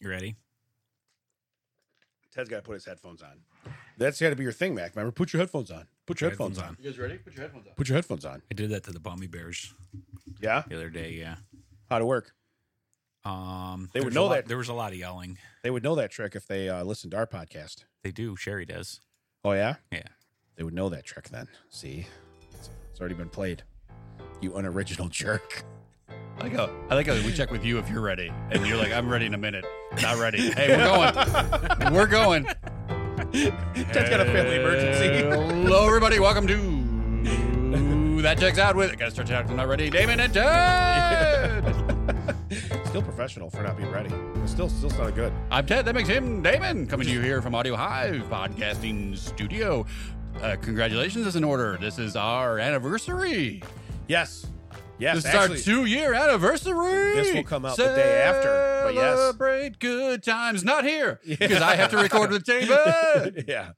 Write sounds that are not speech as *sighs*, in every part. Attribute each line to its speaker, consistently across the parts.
Speaker 1: You ready?
Speaker 2: Ted's got to put his headphones on. That's got to be your thing, Mac. Remember, put your headphones on. Put your headphones, on.
Speaker 3: You guys ready? Put your headphones on.
Speaker 2: Put your headphones on.
Speaker 1: I did that to the Bummy Bears
Speaker 2: Yeah.
Speaker 1: the other day. Yeah.
Speaker 2: How to work?
Speaker 1: Um,
Speaker 2: They
Speaker 1: there
Speaker 2: would
Speaker 1: was a
Speaker 2: know
Speaker 1: lot-
Speaker 2: that.
Speaker 1: There was a lot of yelling.
Speaker 2: They would know that trick if they uh, listened to our podcast.
Speaker 1: They do. Sherry does.
Speaker 2: Oh yeah.
Speaker 1: Yeah.
Speaker 2: They would know that trick then. See, it's, it's already been played. You unoriginal *laughs* jerk.
Speaker 3: I like how I like how we check with you if you're ready, and you're like, "I'm ready in a minute." Not ready. Hey, we're going. We're going.
Speaker 2: Ted's got a family emergency.
Speaker 3: Hello, everybody. Welcome to that checks out with. I gotta stretch it out. 'cause I'm not ready. Damon and Ted.
Speaker 2: still professional for not being ready. But still, still sounded good.
Speaker 3: I'm Ted. That makes him Damon. Coming to you here from Audio Hive Podcasting Studio. Uh, congratulations is in order. This is our anniversary.
Speaker 2: Yes. Yes.
Speaker 3: This
Speaker 2: actually,
Speaker 3: is our two-year anniversary.
Speaker 2: This will come out the day after, but yes.
Speaker 3: celebrate good times. Not here because I have to record
Speaker 2: *laughs*
Speaker 3: with David.
Speaker 2: yeah.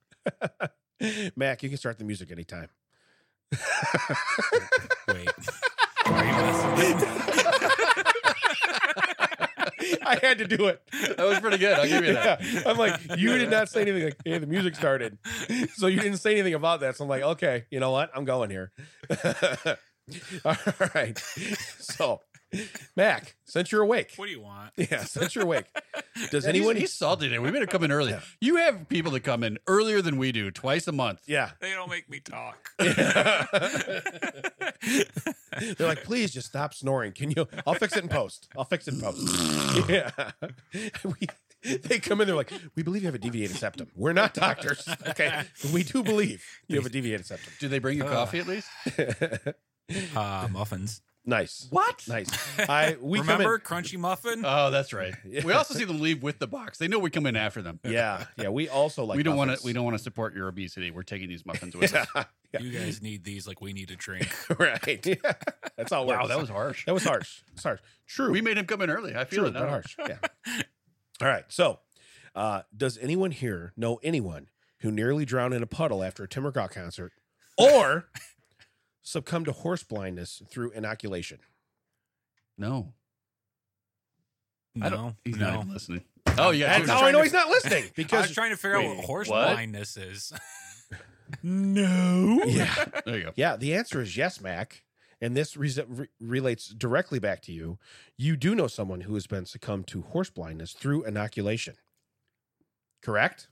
Speaker 2: *laughs* Mac, you can start the music anytime. *laughs*
Speaker 1: Wait. Are you listening?
Speaker 2: I had to do it.
Speaker 3: That was pretty good. I'll give you
Speaker 2: *laughs*
Speaker 3: that.
Speaker 2: Yeah. I'm like, you did not say anything. Like, hey, the music started. *laughs* So you didn't say anything about that. So I'm like, okay, you know what? I'm going here. *laughs* All right. So, Mac, since you're awake,
Speaker 1: What do you want?
Speaker 2: yeah, since you're awake, does
Speaker 3: Yeah, he's-
Speaker 2: anyone?
Speaker 3: He's, salty today. We better come in early.
Speaker 2: Yeah.
Speaker 3: You have people that come in earlier than we do, twice a month.
Speaker 2: yeah.
Speaker 1: They don't make me talk.
Speaker 2: They're like, please just stop snoring. Can you? I'll fix it in post. I'll fix it in
Speaker 3: *laughs*
Speaker 2: post. Yeah. *laughs* We, they come in, they're like, we believe you have a deviated septum. We're not doctors. Okay. We do believe you have a deviated septum.
Speaker 3: Do they bring you
Speaker 1: Ugh.
Speaker 3: coffee at
Speaker 2: *laughs*
Speaker 3: least?
Speaker 1: uh, muffins.
Speaker 2: Nice.
Speaker 3: What?
Speaker 2: Nice. I we
Speaker 1: Remember
Speaker 2: Remember?
Speaker 1: Crunchy Muffin?
Speaker 3: Oh, that's right.
Speaker 2: Yeah.
Speaker 3: We also see them leave with the box. They know we come in after them.
Speaker 2: come in. Yeah, yeah. We also like.
Speaker 3: we don't want to.
Speaker 2: muffins.
Speaker 3: We don't want to support your obesity. We're taking these muffins with us.
Speaker 2: *laughs* Yeah,
Speaker 1: You guys need these like we need a drink.
Speaker 2: right. Yeah. That's all.
Speaker 3: Wow,
Speaker 2: works.
Speaker 3: that was harsh.
Speaker 2: that was harsh. It's harsh. True.
Speaker 3: We made him come in early. I feel
Speaker 2: True,
Speaker 3: it.
Speaker 2: but
Speaker 3: now.
Speaker 2: harsh. Yeah.
Speaker 3: *laughs*
Speaker 2: all right. So, uh, does anyone here know anyone who nearly drowned in a puddle after a Tim McGraw concert, or succumbed to horse blindness through inoculation?
Speaker 3: No, I
Speaker 1: No,
Speaker 3: don't. He's not
Speaker 1: no.
Speaker 3: even listening. Oh yeah,
Speaker 2: That's
Speaker 3: dude.
Speaker 1: was
Speaker 2: how I
Speaker 1: trying
Speaker 2: know
Speaker 1: to-
Speaker 2: he's not
Speaker 3: *laughs*
Speaker 2: listening
Speaker 1: I was
Speaker 2: because
Speaker 1: trying to figure out
Speaker 3: Wait,
Speaker 1: what horse
Speaker 3: what?
Speaker 1: blindness is. no.
Speaker 2: yeah.
Speaker 3: there you go.
Speaker 2: Yeah, the answer is yes, Mac. And this re- re- relates directly back to you. You do know someone who has been succumbed to horse blindness through inoculation. Correct?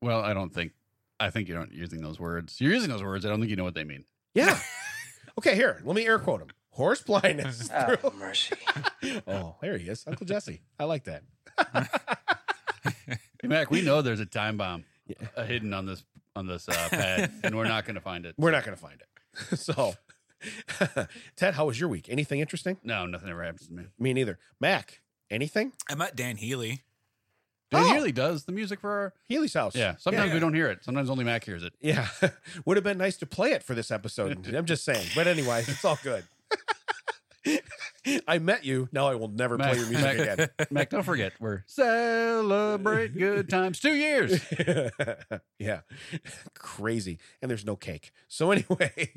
Speaker 3: Well, I don't think. I think you don't using those words. You're using those words. I don't think you know what they mean.
Speaker 2: Yeah. *laughs* okay, here, let me air quote him. Horse blindness. through-
Speaker 4: mercy.
Speaker 2: *laughs* oh, there he is. Uncle Jesse. I like that.
Speaker 3: Hey, Mac, we know there's a time bomb
Speaker 2: Yeah.
Speaker 3: uh, hidden on this on this uh,
Speaker 2: *laughs*
Speaker 3: pad, and we're not going to find it.
Speaker 2: We're not going to find it. *laughs* so, Ted, how was your week? Anything interesting?
Speaker 3: No, nothing ever happens to me.
Speaker 2: Me neither. Mac, anything?
Speaker 1: I met Dan Healy.
Speaker 3: Dude,
Speaker 2: Oh.
Speaker 3: He really does the music for our.
Speaker 2: Healy's house.
Speaker 3: Yeah, sometimes
Speaker 1: Yeah.
Speaker 3: we don't hear it. Sometimes only Mac hears it.
Speaker 2: Yeah. *laughs* Would have been nice to play it for this episode. I'm just saying. But anyway, it's all good. I met you. Now I will never play your music again.
Speaker 3: Mac, don't forget we're *laughs* celebrate good times. Two years.
Speaker 2: *laughs* yeah. Crazy. And there's no cake. So *laughs* anyway,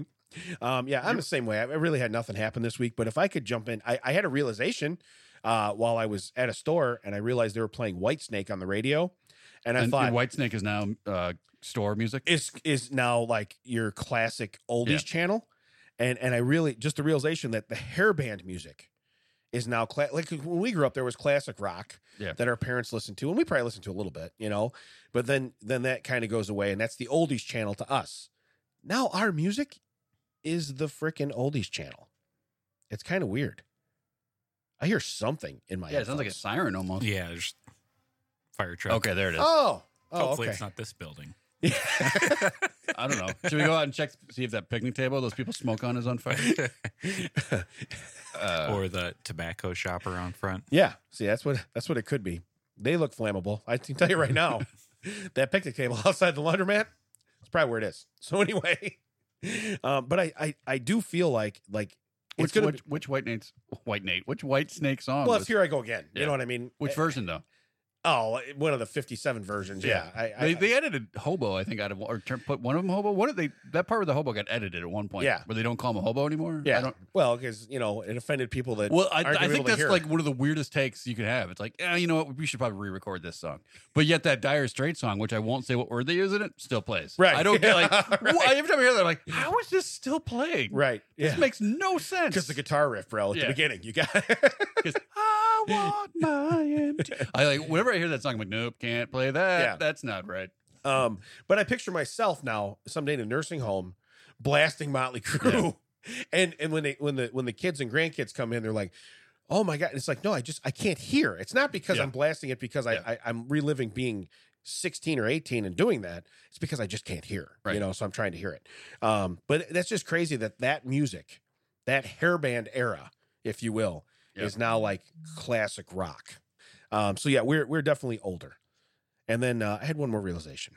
Speaker 2: um, yeah, I'm the same way. I I really had nothing happen this week, but if I could jump in, I, I had a realization uh, while I was at a store and I realized they were playing Whitesnake on the radio. And I
Speaker 3: And,
Speaker 2: thought,
Speaker 3: and White Snake is now uh, store music.
Speaker 2: is is now like your classic oldies
Speaker 3: Yeah.
Speaker 2: channel, and and I really just the realization that the hairband music is now cla- like when we grew up there was classic rock
Speaker 3: Yeah.
Speaker 2: that our parents listened to and we probably listened to a little bit you know but then then that kind of goes away and that's the oldies channel to us now our music is the freaking oldies channel it's kind of weird i hear something in my
Speaker 3: yeah, it sounds like a
Speaker 2: headphones.
Speaker 3: siren almost.
Speaker 1: Yeah, there's fire truck.
Speaker 3: Okay, there it is.
Speaker 2: oh oh
Speaker 1: Hopefully
Speaker 2: okay
Speaker 1: it's not this building.
Speaker 2: *laughs*
Speaker 3: *laughs* I don't know. Should we go out and check see if that picnic table those people smoke on is on fire? *laughs* Uh,
Speaker 1: or the tobacco shop around front.
Speaker 2: Yeah. See, that's what that's what it could be. They look flammable. I can tell you right
Speaker 3: *laughs*
Speaker 2: now, that picnic table outside the laundromat, it's probably where it is. So *laughs* anyway, um, but I, I I do feel like like it's
Speaker 3: which,
Speaker 2: gonna.
Speaker 3: which, which White Nate's White Nate? Which White Snake song?
Speaker 2: plus,
Speaker 3: was-
Speaker 2: here I go again. You
Speaker 3: Yeah.
Speaker 2: know what I mean?
Speaker 3: which
Speaker 2: Eh,
Speaker 3: version though?
Speaker 2: Oh, one of the 57 versions. Yeah. I, I,
Speaker 3: They, they edited hobo, I think, out of or tur- put one of them hobo. What did they? That part where the hobo got edited at one point.
Speaker 2: Yeah.
Speaker 3: where they don't call him a hobo anymore.
Speaker 2: yeah.
Speaker 3: I don't,
Speaker 2: well, because, you know, it offended people that.
Speaker 3: well, I,
Speaker 2: aren't gonna
Speaker 3: I
Speaker 2: be
Speaker 3: think
Speaker 2: able to
Speaker 3: that's
Speaker 2: hear
Speaker 3: like
Speaker 2: it.
Speaker 3: one of the weirdest takes you could have. It's like, eh, you know what? We should probably re-record this song. But yet that Dire Straits song, which I won't say what word they use in it, still plays.
Speaker 2: Right.
Speaker 3: I don't get
Speaker 2: *laughs*
Speaker 3: like
Speaker 2: Right.
Speaker 3: wha- every time I hear that, I'm like, how is this still playing?
Speaker 2: Right.
Speaker 3: This
Speaker 2: Yeah. *laughs*
Speaker 3: makes no sense.
Speaker 2: Because the guitar riff, bro, at
Speaker 3: Yeah.
Speaker 2: the beginning. You got
Speaker 3: *laughs* 'Cause I want *laughs* my empty. I like whenever I hear that song, I'm like, nope, can't play that.
Speaker 2: Yeah.
Speaker 3: That's not right.
Speaker 2: Um, but I picture myself now someday in a nursing home blasting Motley *laughs* Crue. And and when they when the when the kids and grandkids come in, they're like, Oh my god. And it's like, no, I just I can't hear. It's not because
Speaker 3: Yeah.
Speaker 2: I'm blasting it because
Speaker 3: Yeah.
Speaker 2: I, I I'm reliving being 16 or 18 and doing that. It's because I just can't hear.
Speaker 3: Right.
Speaker 2: You know, so I'm trying to hear it. Um, but that's just crazy that that music, that hairband era, if you will,
Speaker 3: Yeah.
Speaker 2: is now like classic rock. Um, so yeah, we're we're definitely older. And then uh, I had one more realization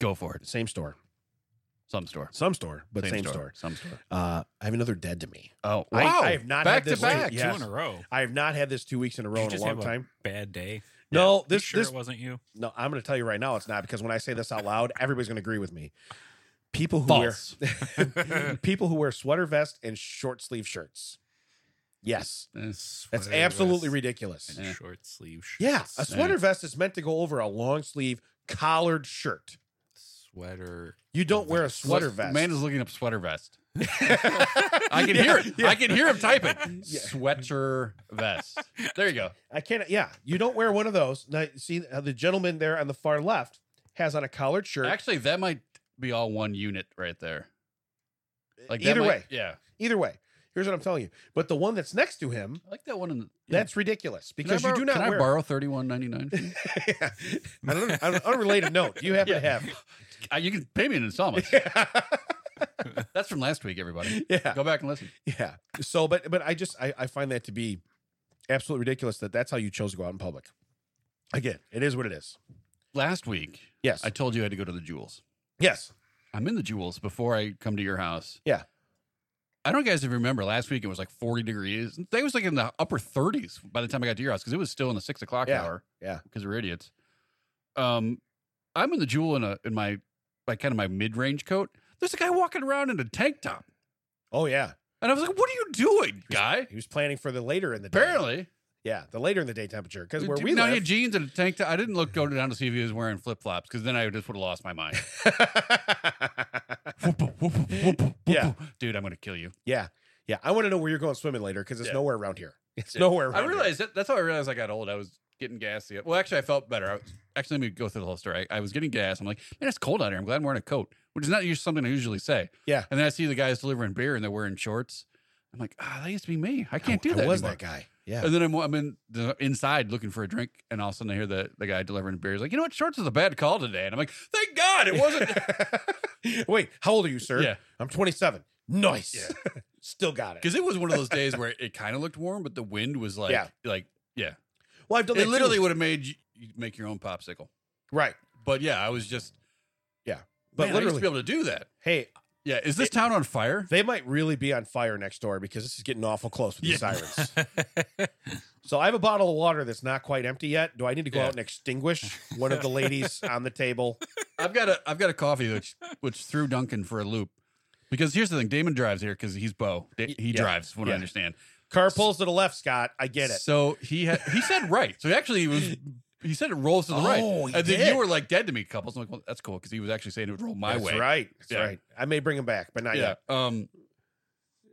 Speaker 3: Go for it.
Speaker 2: same store,
Speaker 3: Some store.
Speaker 2: some store, but same, store.
Speaker 3: Some store.
Speaker 2: Uh, I have another dead to me.
Speaker 3: Oh,
Speaker 2: I-
Speaker 3: wow.
Speaker 2: I have not
Speaker 3: back
Speaker 2: had
Speaker 3: to
Speaker 2: this
Speaker 3: back.
Speaker 2: too. Yes.
Speaker 1: Two in a row.
Speaker 2: I have not had this two weeks in a row
Speaker 1: you
Speaker 2: in a
Speaker 1: just
Speaker 2: long
Speaker 1: have a-
Speaker 2: time.
Speaker 1: Bad day.
Speaker 2: No,
Speaker 1: You
Speaker 2: this
Speaker 1: sure
Speaker 2: this
Speaker 1: it wasn't you.
Speaker 2: no. I'm going to tell you right now, it's not because when I say this out loud, everybody's going to agree with me. People who
Speaker 3: False.
Speaker 2: wear *laughs* people who wear sweater vest and short sleeve shirts. Yes,
Speaker 3: That's
Speaker 2: that's absolutely ridiculous.
Speaker 1: And
Speaker 3: Yeah.
Speaker 1: short sleeve
Speaker 2: Yeah,
Speaker 1: shirts.
Speaker 2: a sweater vest is meant to go over a long sleeve collared shirt.
Speaker 1: Sweater.
Speaker 2: You don't wear a
Speaker 1: Vest.
Speaker 2: sweater vest.
Speaker 3: Man
Speaker 2: *laughs*
Speaker 3: is looking up sweater vest. *laughs* I can hear it. I can hear him *laughs* typing. Sweater vest. There you go.
Speaker 2: I can't. Yeah, you don't wear one of those. Now, see uh, the gentleman there on the far left has on a collared shirt.
Speaker 3: Actually, that might be all one unit right there. Like that
Speaker 2: either
Speaker 3: might-
Speaker 2: way,
Speaker 3: yeah.
Speaker 2: either way. Here's what I'm telling you. But the one that's next to him,
Speaker 3: I like that one. In the,
Speaker 2: that's ridiculous
Speaker 3: Can I
Speaker 2: because
Speaker 3: borrow-
Speaker 2: you do not
Speaker 3: Can
Speaker 2: wear.
Speaker 3: I borrow thirty one ninety nine?
Speaker 2: *laughs* Yeah. on an on an unrelated note, do you happen to have?
Speaker 3: Uh, You can pay me
Speaker 2: *laughs*
Speaker 3: an installment.
Speaker 2: Yeah.
Speaker 3: *laughs* That's from last week, everybody.
Speaker 2: yeah,
Speaker 3: Go back and listen.
Speaker 2: yeah. So, but but I just I, I find that to be absolutely ridiculous that that's how you chose to go out in public. Again, it is what it is.
Speaker 3: Last week,
Speaker 2: Yes,
Speaker 3: I told you I had to go to the Jewels.
Speaker 2: yes,
Speaker 3: I'm in the Jewels before I come to your house.
Speaker 2: Yeah.
Speaker 3: I don't know if you guys remember last week it was like 40 degrees. It was like in the upper 30s by the time I got to your house because it was still in the six o'clock
Speaker 2: Yeah,
Speaker 3: hour.
Speaker 2: yeah.
Speaker 3: Because we're idiots. Um, I'm in the Jewel in a in my like kind of my mid range coat. There's a guy walking around in a tank top,
Speaker 2: oh yeah.
Speaker 3: and I was like, "What are you doing, guy?"
Speaker 2: He was planning for the later in the day.
Speaker 3: Apparently,
Speaker 2: yeah, the later in the day temperature because where
Speaker 3: Dude,
Speaker 2: we
Speaker 3: now
Speaker 2: live,
Speaker 3: he had jeans and a tank top. I didn't look go down to see if he was wearing flip flops because then I just would have lost my mind. *laughs* Whoop, whoop, whoop, whoop, whoop,
Speaker 2: Yeah.
Speaker 3: whoop. dude, I'm gonna kill you.
Speaker 2: *laughs* yeah, yeah. I want to know where you're going swimming later because it's
Speaker 3: Yeah.
Speaker 2: nowhere around here. It's
Speaker 3: Yeah.
Speaker 2: nowhere. Around
Speaker 3: I realized that, that's how I realized I got old. I was getting gas. the- Well, actually, I felt better. I was, actually, let me go through the whole story. I, I was getting gas. I'm like, man, it's cold out here. I'm glad I'm wearing a coat, which is not usually something I usually say.
Speaker 2: Yeah.
Speaker 3: And then I see the guys delivering beer and they're wearing shorts. I'm like, ah, that used to be me. I
Speaker 2: here.
Speaker 3: can't
Speaker 2: I-
Speaker 3: do
Speaker 2: I
Speaker 3: that.
Speaker 2: was
Speaker 3: anymore."
Speaker 2: that guy. Yeah.
Speaker 3: And then I'm, I'm in the inside looking for a drink, and all of a sudden I hear the, the guy delivering beer. He's like, you know what? Shorts is a bad call today. And I'm like, thank
Speaker 2: *laughs*
Speaker 3: God it wasn't.
Speaker 2: Wait, how old are you, sir?
Speaker 3: yeah.
Speaker 2: I'm 27. Nice. Still got it.
Speaker 3: Because it was one of those days where it kind of looked warm, but the wind was like,
Speaker 2: Yeah.
Speaker 3: like yeah.
Speaker 2: Well, I've done
Speaker 3: It
Speaker 2: that
Speaker 3: literally
Speaker 2: too.
Speaker 3: would have made you you make your own popsicle.
Speaker 2: right.
Speaker 3: But yeah, I was just
Speaker 2: But
Speaker 3: Man, I used
Speaker 2: literally,
Speaker 3: to be able to do that.
Speaker 2: hey,
Speaker 3: Yeah, is this town on fire?
Speaker 2: they might really be on fire next door because this is getting awful close with these
Speaker 3: Yeah.
Speaker 2: sirens.
Speaker 3: *laughs*
Speaker 2: So I have a bottle of water that's not quite empty yet. Do I need to go
Speaker 3: Yeah.
Speaker 2: out and
Speaker 3: *laughs*
Speaker 2: extinguish one of the ladies on the table?
Speaker 3: I've got a I've got a coffee which which threw Duncan for a loop. Because here's the thing, Damon drives here because he's Bo. Da- He
Speaker 2: Yeah.
Speaker 3: drives, from what
Speaker 2: Yeah.
Speaker 3: I understand.
Speaker 2: Car pulls to the left, Scott. I get it.
Speaker 3: So he had he said right. So he actually was he said it rolls to the right.
Speaker 2: Oh, he
Speaker 3: and then
Speaker 2: did.
Speaker 3: you were like dead to me, couples. I'm like, well, that's cool because he was actually saying it would roll my
Speaker 2: That's
Speaker 3: way.
Speaker 2: right. That's
Speaker 3: Yeah.
Speaker 2: right. I may bring him back, but not
Speaker 3: Yeah.
Speaker 2: yet.
Speaker 3: Um. *laughs*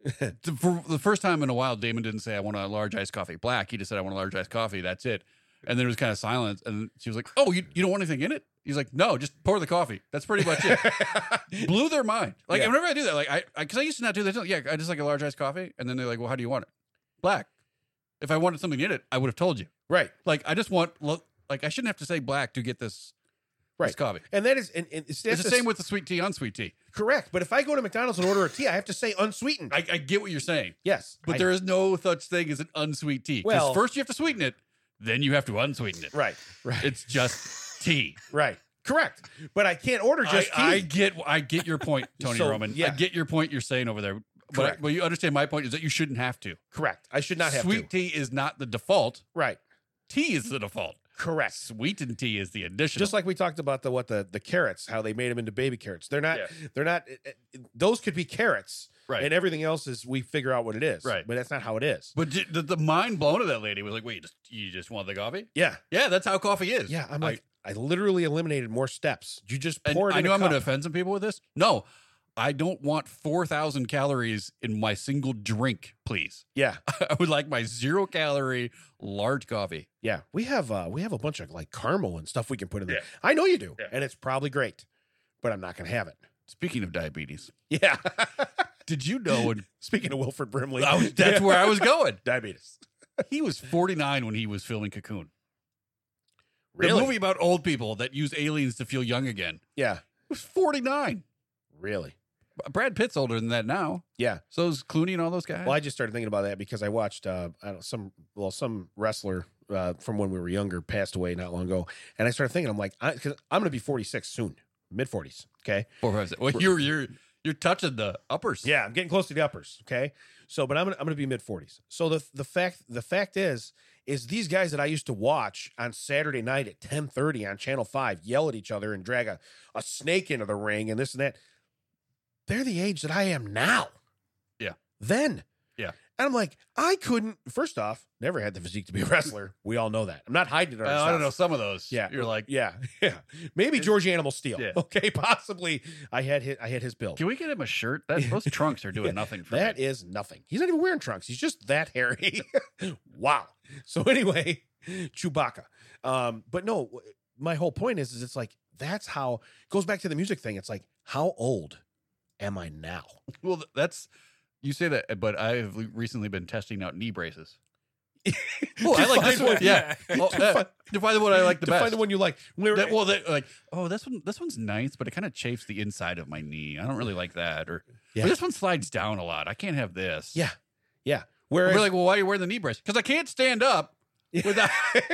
Speaker 3: the- for the first time in a while, Damon didn't say I want a large iced coffee black. He just said I want a large iced coffee. That's it. And then it was kind of silence. And she was like, "Oh, you, you don't want anything in it?" He's like, "No, just pour the coffee. That's pretty much
Speaker 2: *laughs*
Speaker 3: it." Blew their mind. Like
Speaker 2: Yeah.
Speaker 3: whenever I do that, like I because I, used to not do that. Yeah, I just like a large iced coffee. And then they're like, "Well, how do you want it? Black." If I wanted something in it, I would have told you.
Speaker 2: right.
Speaker 3: Like I just want look. Like I shouldn't have to say black to get this, this
Speaker 2: Right.
Speaker 3: coffee.
Speaker 2: And that is, and, and it's,
Speaker 3: It's the
Speaker 2: that's-
Speaker 3: same with the sweet tea, unsweet tea.
Speaker 2: correct. But if I go to McDonald's and order a tea, I have to say unsweetened.
Speaker 3: I, I get what you're saying.
Speaker 2: yes,
Speaker 3: But
Speaker 2: I-
Speaker 3: there is no such thing as an unsweet tea. 'Cause
Speaker 2: Well-
Speaker 3: first you have to sweeten it, then you have to unsweeten it.
Speaker 2: right, right, *laughs*
Speaker 3: It's just tea.
Speaker 2: right, correct. But I can't order just
Speaker 3: I, I
Speaker 2: tea.
Speaker 3: get I get
Speaker 2: *laughs*
Speaker 3: your point, Tony
Speaker 2: So,
Speaker 3: Roman. I
Speaker 2: yeah.
Speaker 3: get your point you're saying over there. But,
Speaker 2: Correct.
Speaker 3: but you understand my point is that you shouldn't have to.
Speaker 2: correct. I should not have
Speaker 3: Sweet
Speaker 2: to.
Speaker 3: tea is not the default.
Speaker 2: Right.
Speaker 3: Tea is the default.
Speaker 2: Correct.
Speaker 3: Sweetened tea is the addition.
Speaker 2: Just like we talked about the what the the carrots, how they made them into baby carrots. They're not.
Speaker 3: Yeah.
Speaker 2: They're not. it- it- Those could be carrots,
Speaker 3: right.
Speaker 2: and everything else is we figure out what it is.
Speaker 3: Right.
Speaker 2: But that's not how it is.
Speaker 3: but ju- the, the mind blown of that lady was like, wait, you just, you just want the coffee?
Speaker 2: Yeah.
Speaker 3: Yeah, that's how coffee is.
Speaker 2: Yeah. I'm
Speaker 3: I-
Speaker 2: like, I, literally eliminated more steps. You just
Speaker 3: And
Speaker 2: pour it.
Speaker 3: I
Speaker 2: in
Speaker 3: know
Speaker 2: a
Speaker 3: I'm going to
Speaker 2: cup.
Speaker 3: offend some people with this. No, I don't want 4,000 calories in my single drink, please.
Speaker 2: Yeah.
Speaker 3: I would like my zero calorie large coffee.
Speaker 2: Yeah, we have uh we have a bunch of like caramel and stuff we can put in there.
Speaker 3: Yeah.
Speaker 2: I know you do,
Speaker 3: Yeah.
Speaker 2: and it's probably great, but I'm not gonna have it.
Speaker 3: Speaking of diabetes,
Speaker 2: Yeah. *laughs*
Speaker 3: did you know? And
Speaker 2: Speaking of Wilfred Brimley,
Speaker 3: I was- that's where I was going.
Speaker 2: *laughs* diabetes.
Speaker 3: He was 49 when he was filming Cocoon.
Speaker 2: Really?
Speaker 3: The movie about old people that use aliens to feel young again.
Speaker 2: Yeah.
Speaker 3: He was 49.
Speaker 2: Really.
Speaker 3: Brad Pitt's older than that now.
Speaker 2: Yeah.
Speaker 3: So is Clooney and all those guys.
Speaker 2: Well, I just started thinking about that because I watched uh I don't some well some wrestler uh from when we were younger passed away not long ago, and I started thinking I'm like I, cause I'm gonna be 46 soon, mid 40s. Okay.
Speaker 3: Four, five, six. Well, you're you're you're touching the uppers.
Speaker 2: Yeah, I'm getting close to the uppers. Okay, so but I'm gonna, I'm gonna be mid 40s. So the the fact the fact is is these guys that I used to watch on Saturday night at 10:30 on Channel Five yell at each other and drag a, a snake into the ring and this and that. They're the age that I am now.
Speaker 3: Yeah.
Speaker 2: Then.
Speaker 3: Yeah.
Speaker 2: And I'm like, I couldn't. First off, never had the physique to be a wrestler. We all know that. I'm not hiding it.
Speaker 3: Well, Oh, I don't know
Speaker 2: ourselves.
Speaker 3: some of those.
Speaker 2: Yeah.
Speaker 3: You're like,
Speaker 2: Yeah, *laughs* yeah. Maybe George Animal Steel.
Speaker 3: Yeah.
Speaker 2: *laughs* Okay, possibly. I had his, I had his build.
Speaker 3: can we get him a shirt?
Speaker 2: *laughs*
Speaker 3: That those trunks are doing nothing for
Speaker 2: That
Speaker 3: me.
Speaker 2: is nothing. He's not even wearing trunks. He's just that hairy. *laughs* wow. So *laughs* anyway, Chewbacca. Um, but no, w- my whole point is, is it's like that's how goes back to the music thing. It's like how old am I
Speaker 3: *laughs*
Speaker 2: now?
Speaker 3: well, th- that's you say that, but I've l- recently been testing out
Speaker 2: *laughs*
Speaker 3: knee braces. Oh, I like
Speaker 2: Define
Speaker 3: this
Speaker 2: what-
Speaker 3: *laughs* one. Yeah. Oh, uh, define the one I like the
Speaker 2: define
Speaker 3: best.
Speaker 2: the one you like. Where-
Speaker 3: That- well, that, like, oh, this one, this one's nice, but it kind of chafes the inside of my knee. I don't really like that. Or
Speaker 2: Yeah.
Speaker 3: "Well, this one slides down a lot. I can't have this.
Speaker 2: Yeah.
Speaker 3: We're
Speaker 2: whereas,
Speaker 3: *laughs* like, well, why are you wearing the knee brace? Because I can't stand up without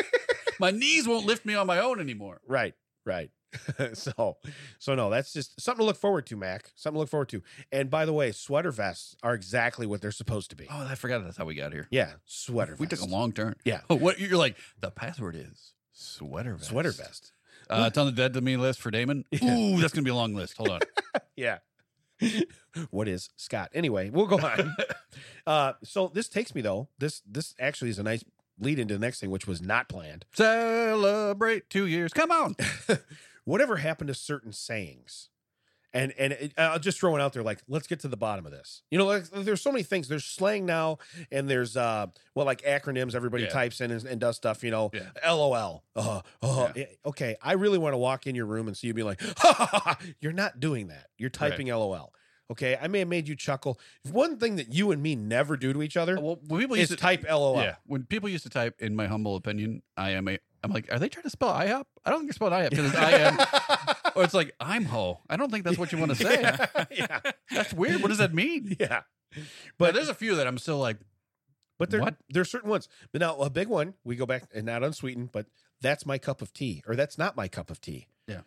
Speaker 3: *laughs* my knees won't lift me on my own anymore.
Speaker 2: *laughs* right, right. *laughs* so, so no, that's just something to look forward to, Mac. Something to look forward to. And by the way, sweater vests are exactly what they're supposed to be.
Speaker 3: Oh, I forgot that's how we got here.
Speaker 2: Yeah, sweater.
Speaker 3: We took a
Speaker 2: vest.
Speaker 3: long turn.
Speaker 2: Yeah.
Speaker 3: Oh, *laughs* what you're like? The password is sweater vest.
Speaker 2: sweater vest.
Speaker 3: Uh, it's on the dead to me list for Damon.
Speaker 2: Yeah.
Speaker 3: Ooh, that's gonna be a long list.
Speaker 2: *laughs*
Speaker 3: Hold on.
Speaker 2: Yeah. what is Scott? Anyway, we'll go on. uh, so this takes me though. This this actually is a nice lead into the next thing, which was not planned.
Speaker 3: Celebrate two years. Come on.
Speaker 2: Whatever happened to certain sayings? And and it, I'll just throw it out there, like let's get to the bottom of this. You know, like there's so many things. There's slang now, and there's uh, well, like acronyms. Everybody
Speaker 3: Yeah.
Speaker 2: types in and, and does stuff. You know,
Speaker 3: Yeah.
Speaker 2: LOL. Uh, uh, Okay, I really want to walk in your room and see you be like, ha, ha, ha, ha. you're not doing that. You're
Speaker 3: Right.
Speaker 2: typing LOL. Okay, I may have made you chuckle. One thing that you and me never do to each other
Speaker 3: Well, when people
Speaker 2: is
Speaker 3: used to
Speaker 2: type LOL.
Speaker 3: yeah, when people used to type, in my humble opinion, I am a. I'm like, are they trying to spell IHOP? I don't think they're spelling
Speaker 2: *laughs*
Speaker 3: IHOP because it's I am, or it's like I'm ho. I don't think that's what you want to say.
Speaker 2: yeah, *laughs* yeah,
Speaker 3: That's weird. What does
Speaker 2: *laughs*
Speaker 3: that mean?
Speaker 2: yeah.
Speaker 3: But there's a few that I'm still like,
Speaker 2: But there,
Speaker 3: What?
Speaker 2: there are certain ones. But now a big one, we go back and not unsweetened, but that's my cup of tea, or that's not my cup of tea.
Speaker 3: Yeah.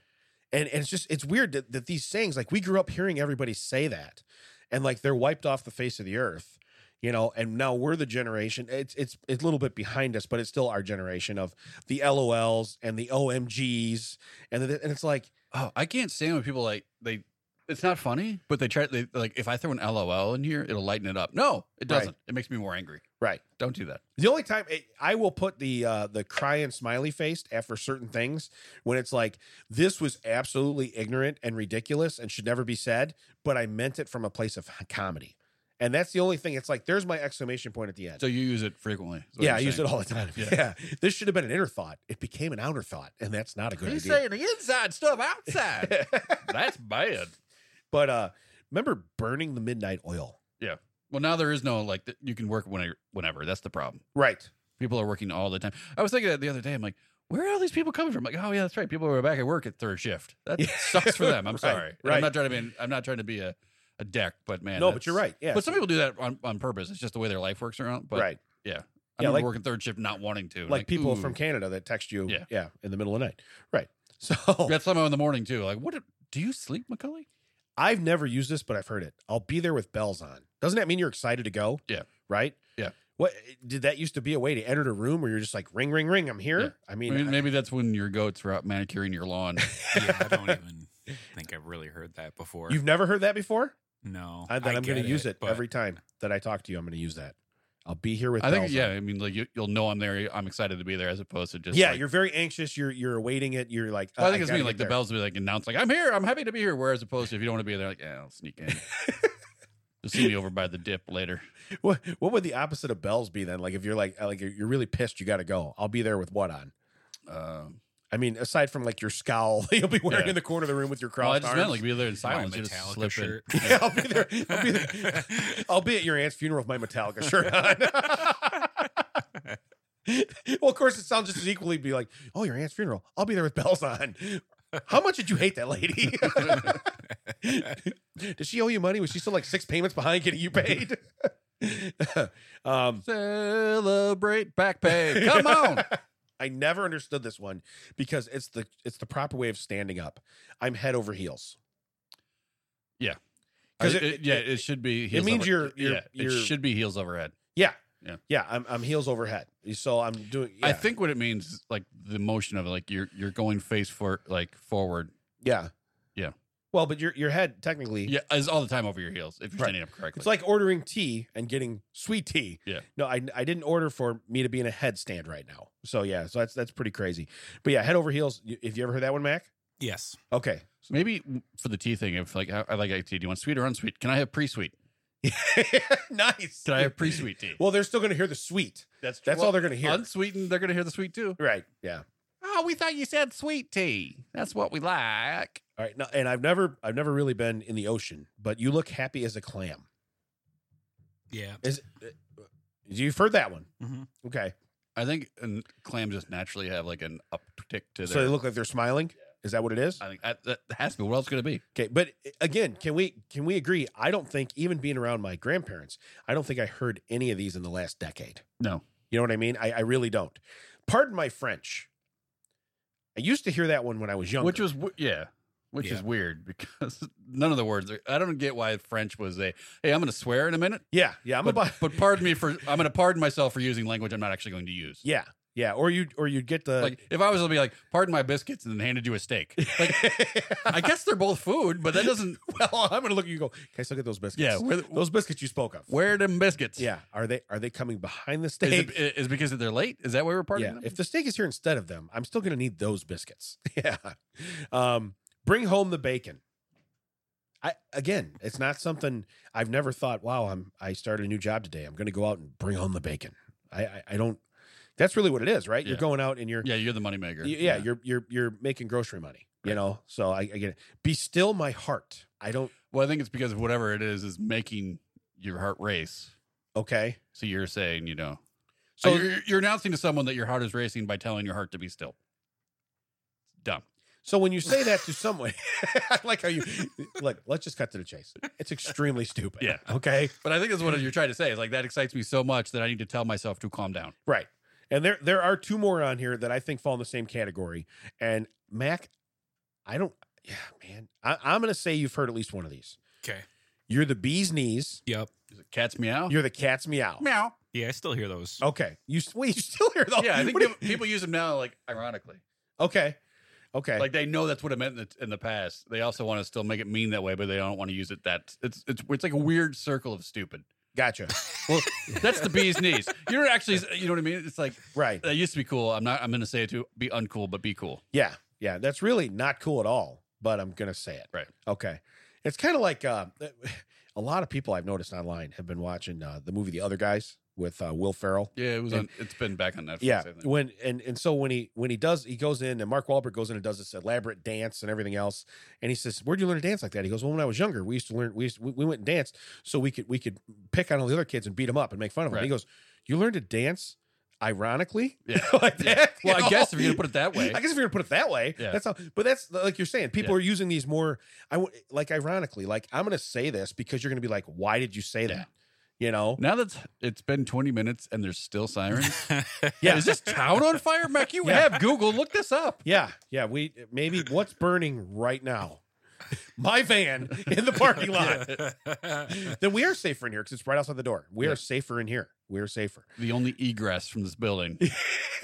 Speaker 2: And and it's just it's weird that, that these sayings, like we grew up hearing everybody say that, and like they're wiped off the face of the earth, you know. And now we're the generation. It's it's it's a little bit behind us, but it's still our generation of the LOLs and the OMGs, and the, and it's like
Speaker 3: oh, I can't stand when people like they. It's not funny, but they try. They like if I throw an LOL in here, it'll lighten it up. No, it
Speaker 2: Right.
Speaker 3: doesn't. It makes me more angry.
Speaker 2: right.
Speaker 3: Don't do that.
Speaker 2: The only time it, I will put the uh, the cry and smiley face after certain things when it's like this was absolutely ignorant and ridiculous and should never be said, but I meant it from a place of comedy, and that's the only thing. It's like there's my exclamation point at the end.
Speaker 3: So you use it frequently. is what
Speaker 2: yeah,
Speaker 3: you're
Speaker 2: I use
Speaker 3: saying.
Speaker 2: it all the time. *laughs* Yeah.
Speaker 3: Yeah.
Speaker 2: this should have been an inner thought. It became an outer thought, and that's not a good
Speaker 3: He's
Speaker 2: idea.
Speaker 3: saying the inside stuff outside.
Speaker 2: *laughs*
Speaker 3: That's bad.
Speaker 2: but uh, remember burning the midnight oil,
Speaker 3: Well, now there is no like th- you can work whenever. Whenever that's the problem.
Speaker 2: right?
Speaker 3: People are working all the time. I was thinking that the other day. I'm like, where are all these people coming from? Like, oh yeah, that's right. People are back at work at third shift. That
Speaker 2: Yeah.
Speaker 3: sucks
Speaker 2: *laughs*
Speaker 3: for them. I'm
Speaker 2: Right,
Speaker 3: sorry. And
Speaker 2: right.
Speaker 3: I'm not trying to be. an- I'm not trying to be a, a deck, but man,
Speaker 2: no,
Speaker 3: that's-
Speaker 2: but you're right. Yeah,
Speaker 3: But some people do that on, on purpose. It's just the way their life works around. But
Speaker 2: right.
Speaker 3: I
Speaker 2: Yeah,
Speaker 3: remember
Speaker 2: like-
Speaker 3: working third shift, not wanting to. and
Speaker 2: Like, people
Speaker 3: ooh.
Speaker 2: from Canada that text you, yeah.
Speaker 3: Yeah.
Speaker 2: in the middle of the night, right? *laughs* So
Speaker 3: That's somehow in the morning too. Like, what? Do you sleep, Macaulay?
Speaker 2: I've never used this, but I've heard it. I'll be there with bells on. Doesn't that mean you're excited to go?
Speaker 3: Yeah.
Speaker 2: Right?
Speaker 3: Yeah.
Speaker 2: What did that used to be a way to enter the room where you're just like ring, ring, ring? I'm here.
Speaker 3: Yeah.
Speaker 2: I
Speaker 3: I
Speaker 2: mean,
Speaker 3: mean,
Speaker 2: I-
Speaker 3: maybe that's when your goats were out manicuring
Speaker 2: *laughs*
Speaker 3: your lawn.
Speaker 1: *laughs* Yeah, I don't even think I've really heard that before.
Speaker 2: you've never heard that before.
Speaker 1: no,
Speaker 2: I, then
Speaker 1: I
Speaker 2: I'm going
Speaker 1: get
Speaker 2: to use it
Speaker 1: but
Speaker 2: every time that I talk to you. I'm going to use that. I'll be here with.
Speaker 3: I think,
Speaker 2: bells
Speaker 3: yeah.
Speaker 2: on.
Speaker 3: I mean, like you, you'll know I'm there. I'm excited to be there, as opposed to just
Speaker 2: yeah.
Speaker 3: like-
Speaker 2: you're very anxious. You're you're awaiting it. You're like.
Speaker 3: Well,
Speaker 2: "Uh,
Speaker 3: I think it's
Speaker 2: gotta
Speaker 3: me.
Speaker 2: get
Speaker 3: Like
Speaker 2: there."
Speaker 3: the bells will be like announced, like I'm here. I'm happy to be here. Whereas opposed to if you don't want to be there, like yeah, I'll sneak
Speaker 2: *laughs*
Speaker 3: in. You'll see me over by the dip later.
Speaker 2: What what would the opposite of bells be then? Like if you're like like you're, you're really pissed, you got to go. I'll be there with what on?
Speaker 3: Uh,
Speaker 2: I mean, aside from like your scowl, *laughs* you'll be wearing
Speaker 3: Yeah.
Speaker 2: in the corner of the room with your crossed
Speaker 3: well, I just
Speaker 2: arms.
Speaker 3: meant like be there in
Speaker 1: my
Speaker 3: silence. You just
Speaker 1: Metallica
Speaker 3: slip in. *laughs*
Speaker 1: shirt.
Speaker 2: Yeah, *laughs* I'll be there. I'll be there. I'll be at your aunt's funeral with my Metallica shirt on. *laughs* well, of course, it sounds just as equally be like, oh, your aunt's funeral. I'll be there with bells on. How much did you hate that lady? *laughs* did she owe you money? Was she still like six payments behind getting you paid? *laughs* um,
Speaker 3: Celebrate back pay. Come on.
Speaker 2: I never understood this one because it's the it's the proper way of standing up. I'm head over heels.
Speaker 3: Yeah.
Speaker 2: *laughs* 'Cause
Speaker 3: I-
Speaker 2: it-
Speaker 3: it- yeah, it should be. Heels
Speaker 2: means
Speaker 3: over-
Speaker 2: you're- you're-
Speaker 3: yeah,
Speaker 2: you're-
Speaker 3: it should be heels overhead.
Speaker 2: Yeah.
Speaker 3: Yeah.
Speaker 2: Yeah. I'm, I'm heels over head. So I'm doing.
Speaker 3: I
Speaker 2: yeah.
Speaker 3: think what it means, is, like the motion of it, like you're you're going face for like forward.
Speaker 2: Yeah.
Speaker 3: Yeah.
Speaker 2: Well, but your your head technically.
Speaker 3: Yeah, is all the time over your heels if you're
Speaker 2: Right.
Speaker 3: standing up correctly.
Speaker 2: It's like ordering tea and getting sweet tea.
Speaker 3: Yeah.
Speaker 2: No, I, I didn't order for me to be in a headstand right now. So yeah, so that's that's pretty crazy. But yeah, head over heels. You- If you ever heard that one, Mac.
Speaker 1: *laughs* yes.
Speaker 2: Okay. *laughs*
Speaker 3: So maybe for the tea thing, if like I I like iced tea, do you want sweet or unsweet? Can I have pre-sweet?
Speaker 2: nice.
Speaker 3: Can I
Speaker 2: *laughs*
Speaker 3: have pre-sweet tea?
Speaker 2: Well, they're still going to hear the sweet. That's all they're going to hear.
Speaker 3: Unsweetened, they're going to hear the sweet too.
Speaker 2: right. Yeah.
Speaker 3: Oh, we thought you said sweet tea. That's what we like.
Speaker 2: All right. No, and I've never I've never really been in the ocean, but you look happy as a clam.
Speaker 1: Yeah.
Speaker 2: Is uh, you've heard that one?
Speaker 3: Mm-hmm.
Speaker 1: Mhm.
Speaker 2: Okay.
Speaker 3: I think and clams just naturally have like an uptick to their.
Speaker 2: So they look like they're smiling. Is that what it is?
Speaker 3: I think that, that has to be. What else could it be?
Speaker 2: Okay, but again, can we can we agree? I don't think even being around my grandparents, I don't think I heard any of these in the last decade.
Speaker 3: No.
Speaker 2: You know what I mean? I, I really don't. Pardon my French. I used to hear that one when I was younger.
Speaker 3: Which was w- yeah, which
Speaker 1: Yeah.
Speaker 3: is weird because *laughs* none of the words. Are, I don't get why French was a. Hey, I'm going to swear in a minute.
Speaker 2: yeah, yeah. I'm
Speaker 3: but,
Speaker 2: about
Speaker 3: but pardon me for. I'm going to pardon myself for using language I'm not actually going to use.
Speaker 2: yeah, yeah. Or you or you'd get the
Speaker 3: Like
Speaker 2: *laughs*
Speaker 3: if I was to be like, pardon my biscuits, and then handed you a steak. Like I guess they're both food, but that doesn't.
Speaker 2: *laughs* well, Oh, I'm gonna look at you. and Go. Can I still get those biscuits?
Speaker 3: Yeah, where-
Speaker 2: those biscuits you spoke of.
Speaker 3: Where are them biscuits?
Speaker 2: Yeah. Are they are they coming behind the
Speaker 3: Is,
Speaker 2: steak?
Speaker 3: it, is it because they're late? Is that why we're partying?
Speaker 2: yeah.
Speaker 3: them?
Speaker 2: If the steak is here instead of them, I'm still going to need those biscuits. *laughs* yeah. Um, bring home the bacon. I again, it's not something I've never thought. Wow, I'm I started a new job today. I'm going to go out and bring home the bacon. I I, I don't. That's really what it is, right? You're
Speaker 3: Yeah.
Speaker 2: going out and you're
Speaker 3: yeah, you're the moneymaker.
Speaker 2: y- yeah, you're you're you're making grocery money. You
Speaker 3: Right.
Speaker 2: know, so I, I get it. Be still my heart. I don't.
Speaker 3: Well, I think it's because whatever it is is making your heart race.
Speaker 2: Okay.
Speaker 3: So you're saying, you know, so
Speaker 2: So
Speaker 3: you're, you're announcing to someone that your heart is racing by telling your heart to be still. Dumb.
Speaker 2: So when you say that to someone, *laughs* I like how you look. Let's just cut to the chase. It's extremely stupid.
Speaker 3: Yeah.
Speaker 2: Okay.
Speaker 3: But I think that's what you're trying to say. Is like that excites me so much that I need to tell myself to calm down.
Speaker 2: Right. And there there are two more on here that I think fall in the same category. And Mac, I don't yeah, man. I, I'm gonna say you've heard at least one of these.
Speaker 1: Okay.
Speaker 2: You're the bee's knees,
Speaker 1: Yep.
Speaker 3: Is it cats meow?
Speaker 2: you're the cat's meow.
Speaker 3: meow.
Speaker 1: Yeah, I still hear those.
Speaker 2: Okay. You s- wait, you still hear those.
Speaker 3: *laughs*
Speaker 2: *laughs*
Speaker 3: Yeah, I think
Speaker 2: What do you-
Speaker 3: people- people use them now, like ironically,
Speaker 2: Okay. Okay.
Speaker 3: like they know that's what it meant in the, in the past. They also want to still make it mean that way, but they don't want to use it. That it's it's it's like a weird circle of stupid.
Speaker 2: gotcha.
Speaker 3: Well, that's the bee's knees. You don't actually, you know what I mean? It's like *laughs*
Speaker 2: Right.
Speaker 3: that used to be cool. I'm not. I'm going to say it to be uncool, but be cool.
Speaker 2: Yeah. Yeah. That's really not cool at all, but I'm gonna say it.
Speaker 3: Right.
Speaker 2: Okay. It's kind of like uh, *laughs* a lot of people I've noticed online have been watching uh, the movie The Other Guys with uh, Will Ferrell.
Speaker 3: Yeah, it was.
Speaker 2: And-
Speaker 3: On, it's been back on Netflix.
Speaker 2: Yeah,
Speaker 3: I think.
Speaker 2: when and and so when he when he does he goes in and Mark Wahlberg goes in and does this elaborate dance and everything else, and he says, "Where'd you learn to dance like that?" He goes, "Well, when I was younger, we used to learn we used, we we went and danced so we could we could pick on all the other kids and beat them up and make fun of them."
Speaker 3: Right.
Speaker 2: He goes, "You learned to dance ironically, *laughs*
Speaker 3: *laughs* Yeah.
Speaker 2: like
Speaker 3: Yeah.
Speaker 2: that."
Speaker 3: Well,
Speaker 2: You
Speaker 3: *laughs* I guess
Speaker 2: know?
Speaker 3: if you're going to put it that way,
Speaker 2: I guess if you're gonna put it that way,
Speaker 3: Yeah.
Speaker 2: that's how. But that's like you're saying, people
Speaker 3: Yeah.
Speaker 2: are using these more. I w- like ironically, like I'm gonna say this because you're gonna be like, "Why did you say
Speaker 3: Yeah.
Speaker 2: that?" You know?
Speaker 3: now *laughs* that it's been 20 minutes and there's still sirens,
Speaker 2: *laughs* Oh,
Speaker 1: *laughs*
Speaker 2: Yeah.
Speaker 3: is this town on fire, Mac? You
Speaker 2: Yeah.
Speaker 3: have Google. Look this up.
Speaker 2: Yeah, yeah. We maybe what's burning right now. my van in the parking lot.
Speaker 3: *laughs*
Speaker 2: then we are safer in here because it's right outside the door. We
Speaker 3: Yeah.
Speaker 2: are safer in here. We are
Speaker 3: *laughs*
Speaker 2: safer.
Speaker 3: The only egress from
Speaker 2: *laughs*
Speaker 3: this building,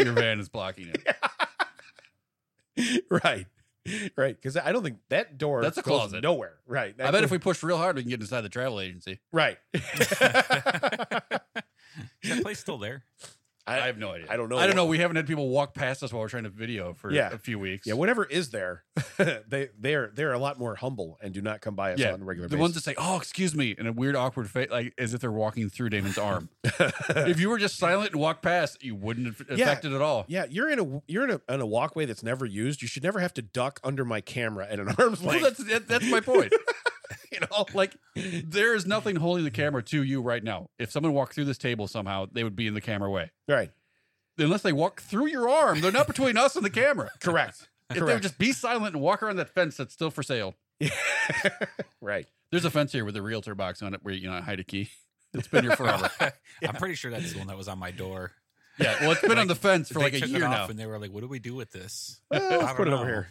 Speaker 3: your van is blocking it.
Speaker 2: right. Right. Because I don't think that door
Speaker 3: That's a
Speaker 2: goes
Speaker 3: closet.
Speaker 2: Nowhere. Right.
Speaker 3: I bet if we push real hard, we can get inside the travel agency.
Speaker 2: *laughs* Right.
Speaker 1: Is that place still there?
Speaker 3: I, have no idea.
Speaker 2: I don't know.
Speaker 3: *laughs* I don't know. We haven't had people walk past us while we're trying to video for
Speaker 2: Yeah.
Speaker 3: a few weeks.
Speaker 2: Yeah, whatever is there, *laughs* they they're they're a lot more humble and do not come by us
Speaker 3: Yeah,
Speaker 2: on a regular
Speaker 3: the ones
Speaker 2: basis.
Speaker 3: that say, "Oh, excuse me," in a weird, awkward face, like as if they're walking through Damon's arm. if you were just silent and walked past, you wouldn't have
Speaker 2: Yeah.
Speaker 3: affected at all.
Speaker 2: yeah, you're in a you're in a, in a walkway that's never used. You should never have to duck under my camera at an *laughs* arm's
Speaker 3: Well,
Speaker 2: length.
Speaker 3: that's that, that's my point.
Speaker 2: you know,
Speaker 3: like, there is nothing holding the camera to you right now. If someone walked through this table somehow, they would be in the camera way.
Speaker 2: right?
Speaker 3: Unless they walk through your arm, they're not between us and the camera. *laughs*
Speaker 2: Correct.
Speaker 3: If they would
Speaker 2: Correct.
Speaker 3: just be silent and walk around that fence that's still for sale.
Speaker 2: right.
Speaker 3: There's a fence here with a realtor box on it where you know I hide a key. It's been
Speaker 1: *laughs*
Speaker 3: here forever.
Speaker 1: I'm pretty sure that's the one that was on my door.
Speaker 3: yeah, well, *laughs* it's been on the fence for
Speaker 1: They
Speaker 3: like a
Speaker 1: took
Speaker 3: year
Speaker 1: it off
Speaker 3: now.
Speaker 1: and they were like, "What do we do with this?"
Speaker 2: Well,
Speaker 1: I
Speaker 2: *laughs* let's
Speaker 1: don't
Speaker 2: put it over
Speaker 1: know.
Speaker 2: here.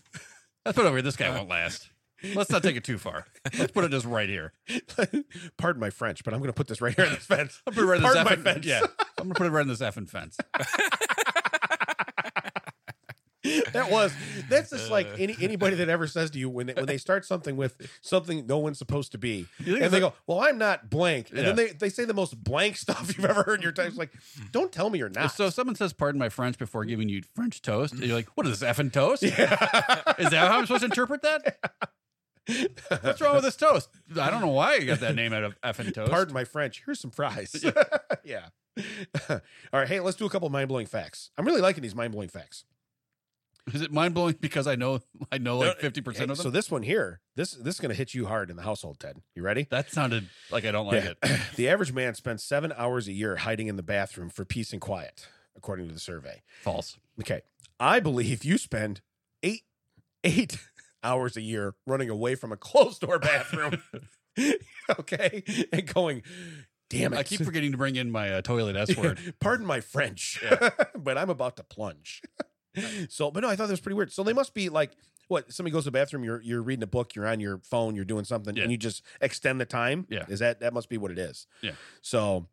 Speaker 3: Let's put it over here. This guy won't last. Let's not take it too far. Let's put it just right here.
Speaker 2: Pardon my French, but I'm going to put this right here on this fence.
Speaker 3: *laughs* I'll *laughs* put it right in this
Speaker 2: Pardon my
Speaker 3: effing
Speaker 2: fence.
Speaker 3: *laughs* Yeah, I'm gonna put it right in this effing fence.
Speaker 2: *laughs* That was that's just like
Speaker 3: Uh.
Speaker 2: any anybody that ever says to you when they, when they start something with something no one's supposed to be,
Speaker 3: think
Speaker 2: and they
Speaker 3: it's
Speaker 2: go, "Well, I'm not blank," and
Speaker 3: Yeah.
Speaker 2: then they, they say the most blank *laughs* stuff you've ever heard in your time. It's like, don't tell me you're not.
Speaker 3: So if someone says "Pardon my French" before giving you French toast, you're like, "What is this effing toast? *laughs* Is
Speaker 2: Yeah.
Speaker 3: that how I'm supposed to interpret that?
Speaker 2: *laughs*
Speaker 3: What's wrong with this toast? I don't know why you got that name out of effing toast.
Speaker 2: Pardon my French. Here's some fries. *laughs* yeah. All right. Hey, let's do a couple mind blowing facts. I'm really liking these mind blowing facts.
Speaker 3: Is it mind blowing because I know I know like fifty
Speaker 2: Hey,
Speaker 3: percent of them?
Speaker 2: so this one here, this this is going to hit you hard in the household, Ted. You ready?
Speaker 3: that sounded like I don't like
Speaker 2: Yeah.
Speaker 3: it.
Speaker 2: The average man spends seven hours a year hiding in the bathroom for peace and quiet, according to the survey.
Speaker 3: False.
Speaker 2: Okay. I believe you spend eight eight *laughs* hours a year running away from a closed door bathroom. *laughs* okay. And going, damn it.
Speaker 3: I *laughs* keep forgetting to bring in my uh, toilet S word.
Speaker 2: Pardon my French, *laughs* but I'm about to plunge. *laughs* so, but no, I thought that was pretty weird. So they must be like, what? Somebody goes to the bathroom. You're you're reading a book. You're on your phone. You're doing something,
Speaker 3: Yeah.
Speaker 2: and you just extend the time.
Speaker 3: Yeah.
Speaker 2: is that that must be what it is?
Speaker 3: Yeah.
Speaker 2: So,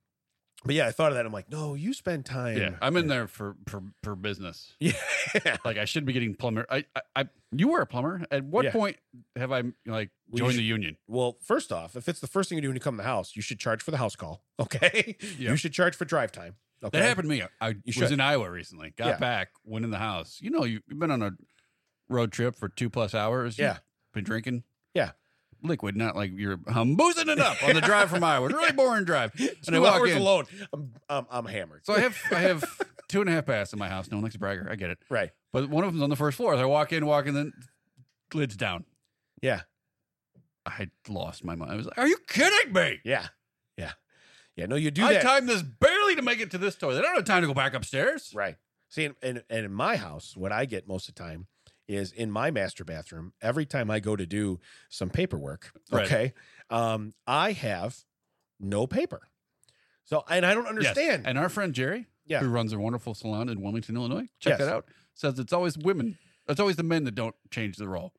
Speaker 2: but yeah, I thought of that. I'm like, no, you spend time.
Speaker 3: *laughs* Yeah, I'm in there for for, for business.
Speaker 2: *laughs* Yeah.
Speaker 3: Like I should be getting plumber. I, I, I you were a plumber. At what
Speaker 2: Yeah.
Speaker 3: point have I like
Speaker 2: Well, you
Speaker 3: joined
Speaker 2: should-
Speaker 3: the union?
Speaker 2: Well, first off, if it's the first thing you do when you come in the house, you should charge for the house call. *laughs* Okay. You should charge for drive time. Okay.
Speaker 3: That happened to me. I was
Speaker 2: should.
Speaker 3: in Iowa recently. Got
Speaker 2: Yeah.
Speaker 3: back, went in the house. You know, you, you've been on a road trip for two plus hours. You've
Speaker 2: Yeah.
Speaker 3: been drinking.
Speaker 2: Yeah.
Speaker 3: liquid, not like you're I'm boozing it up on the drive from Iowa. It's a really boring drive. And
Speaker 2: *laughs*
Speaker 3: I
Speaker 2: Two
Speaker 3: walk
Speaker 2: hours
Speaker 3: in.
Speaker 2: alone. I'm, I'm I'm hammered.
Speaker 3: So I have I have two and a half baths in my house. No one likes a bragger. I get it.
Speaker 2: Right.
Speaker 3: But one of them's on the first floor. As I walk in, walk in, then lids down.
Speaker 2: Yeah.
Speaker 3: I lost my mind. I was like, "Are you kidding me?
Speaker 2: Yeah. Yeah. Yeah. No, you do
Speaker 3: I
Speaker 2: that.
Speaker 3: timed this barely to make it to this toilet. I don't have time to go back upstairs."
Speaker 2: Right. See, and, and, and in my house, what I get most of the time is in my master bathroom, every time I go to do some paperwork,
Speaker 3: Right.
Speaker 2: okay, um, I have no paper. So, and I don't
Speaker 3: Yes.
Speaker 2: understand.
Speaker 3: And our friend Jerry,
Speaker 2: Yeah.
Speaker 3: who runs a wonderful salon in Wilmington, Illinois, check
Speaker 2: Yes.
Speaker 3: that out. Says it's always women. It's always the men that don't change the role.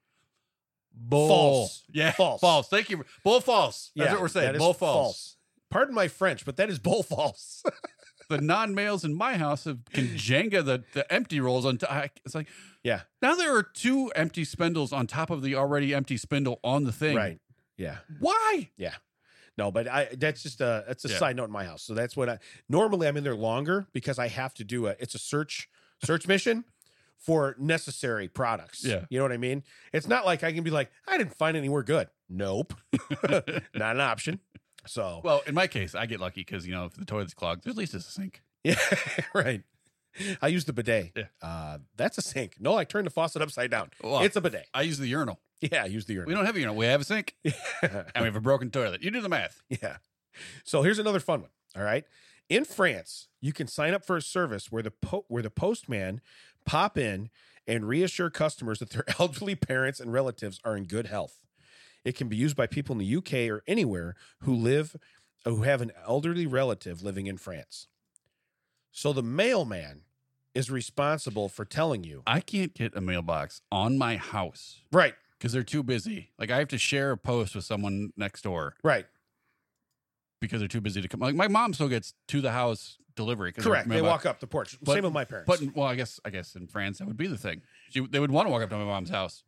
Speaker 3: Bull.
Speaker 2: False.
Speaker 3: Yeah.
Speaker 2: False.
Speaker 3: False. Thank you. Bull false. That's
Speaker 2: Yeah,
Speaker 3: what we're saying.
Speaker 2: that is
Speaker 3: Bull false.
Speaker 2: Pardon my French, but that is bull *laughs* false.
Speaker 3: the non males in my house have, can Jenga the, the empty rolls on top. It's like,
Speaker 2: Yeah.
Speaker 3: Now there are two empty spindles on top of the already empty spindle on the thing.
Speaker 2: right. Yeah.
Speaker 3: Why?
Speaker 2: No, but I that's just a that's a
Speaker 3: Yeah.
Speaker 2: side note in my house. So that's what I normally I'm in there longer because I have to do a it's a search search mission for necessary products.
Speaker 3: Yeah.
Speaker 2: You know what I mean? It's not like I can be like, I didn't find anywhere good. Nope. *laughs* not an option. So *laughs*
Speaker 3: Well, in my case, I get lucky because, you know, if the toilet's clogged, at least it's a sink.
Speaker 2: yeah, right. I use the bidet.
Speaker 3: Yeah.
Speaker 2: Uh that's a sink. No, I turn the faucet upside down.
Speaker 3: Well,
Speaker 2: It's a bidet.
Speaker 3: I use the urinal.
Speaker 2: Yeah, I use the
Speaker 3: We
Speaker 2: urinal.
Speaker 3: don't have a urinal. We have a sink
Speaker 2: *laughs*
Speaker 3: and we have a broken toilet. You do the math.
Speaker 2: Yeah. So here's another fun one. All right. In France, you can sign up for a service where the po- where the postman pop in and reassure customers that their *laughs* elderly parents and relatives are in good health. It can be used by people in the UK or anywhere who live uh, who have an elderly relative living in France. So the mailman is responsible for telling you.
Speaker 3: I can't get a mailbox on my house
Speaker 2: Right.
Speaker 3: because they're too busy. Like I have to share a post with someone next door
Speaker 2: Right.
Speaker 3: because they're too busy to come. Like my mom still gets to the house delivery. 'cause her
Speaker 2: Correct. They
Speaker 3: mailbox-
Speaker 2: walk up the porch.
Speaker 3: But-
Speaker 2: Same with my parents.
Speaker 3: But well, I guess I guess in France that would be the thing. She, they would want to walk up to my mom's house.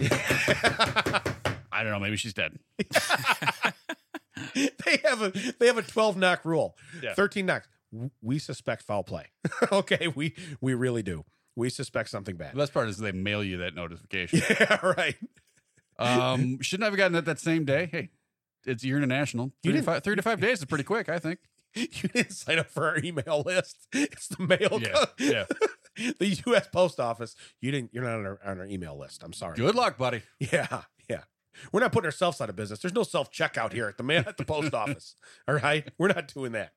Speaker 2: *laughs*
Speaker 3: I don't know. Maybe she's dead.
Speaker 2: *laughs* they have a they have a 12 knock rule.
Speaker 3: Yeah.
Speaker 2: 13 knocks. W- We suspect foul play. *laughs* okay, we we really do. We suspect something
Speaker 3: The
Speaker 2: bad.
Speaker 3: best part is they mail you that notification.
Speaker 2: *laughs* Yeah, right.
Speaker 3: Um, shouldn't I have gotten it that same day. Hey, it's your international.
Speaker 2: You
Speaker 3: Three to,
Speaker 2: didn't-
Speaker 3: five, three to five days is pretty quick, I think.
Speaker 2: You didn't sign up for our email list. It's the mail.
Speaker 3: Yeah, yeah.
Speaker 2: *laughs* the U.S. Post Office. You didn't. You're not on our, on our email list. I'm sorry.
Speaker 3: Good luck, buddy.
Speaker 2: Yeah, yeah. We're not putting ourselves out of business. There's no self checkout here at the man at the
Speaker 3: *laughs*
Speaker 2: post office. All right, we're not doing that.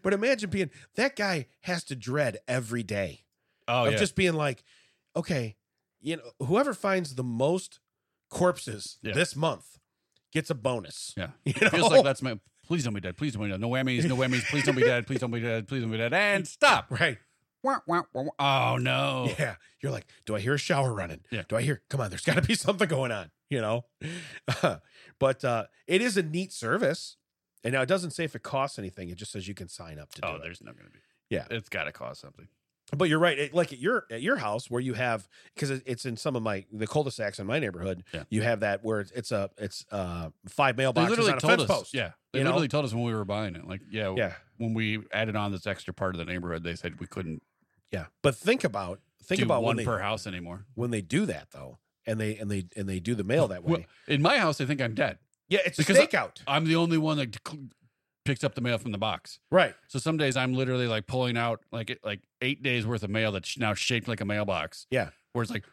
Speaker 2: *laughs* but imagine being that guy has to dread every day
Speaker 3: Oh
Speaker 2: *laughs* of just being like, okay, you know, whoever finds the most corpses
Speaker 3: Yeah.
Speaker 2: this month gets a bonus.
Speaker 3: Yeah.
Speaker 2: *laughs* you know,
Speaker 3: It feels like that's my. Please don't be dead. Please don't be dead. No whammies. No whammies. Please don't be dead. Please don't be dead. Please don't be dead.
Speaker 2: *laughs*
Speaker 3: And stop.
Speaker 2: right?
Speaker 3: Wah, wah, wah, wah. Oh no.
Speaker 2: *laughs* Yeah, you're like, do I hear a shower running?
Speaker 3: Yeah.
Speaker 2: Do I hear? Come on, there's got to be *laughs* something going on, you know. *laughs* but uh, it is a neat service, and now it doesn't say if it costs anything. It just says you can sign up to do
Speaker 3: Oh,
Speaker 2: it.
Speaker 3: there's not going to be.
Speaker 2: Yeah.
Speaker 3: It's got to cost something.
Speaker 2: But you're right. It, like at your at your house where you have because it, it's in some of my the cul-de-sacs in my neighborhood.
Speaker 3: Yeah.
Speaker 2: You have that where it's, it's a it's uh five
Speaker 3: They
Speaker 2: mailboxes
Speaker 3: literally
Speaker 2: on a
Speaker 3: told
Speaker 2: fence
Speaker 3: us.
Speaker 2: post.
Speaker 3: Yeah. They
Speaker 2: you know?
Speaker 3: literally told us when we were buying it. Like, yeah,
Speaker 2: yeah,
Speaker 3: when we added on this extra part of the neighborhood, they said we couldn't
Speaker 2: yeah. But think about think
Speaker 3: do
Speaker 2: about when
Speaker 3: one
Speaker 2: they
Speaker 3: per house anymore.
Speaker 2: when they do that though, and they and they and they do the mail that way.
Speaker 3: Well, in my house, they think I'm dead.
Speaker 2: yeah, it's a
Speaker 3: because uh, I-
Speaker 2: stakeout,
Speaker 3: I'm the only one that cl- picks up the mail from the box.
Speaker 2: right?
Speaker 3: So some days I'm literally like pulling out like like eight days worth of mail that's now shaped like a mailbox.
Speaker 2: Yeah.
Speaker 3: where it's like,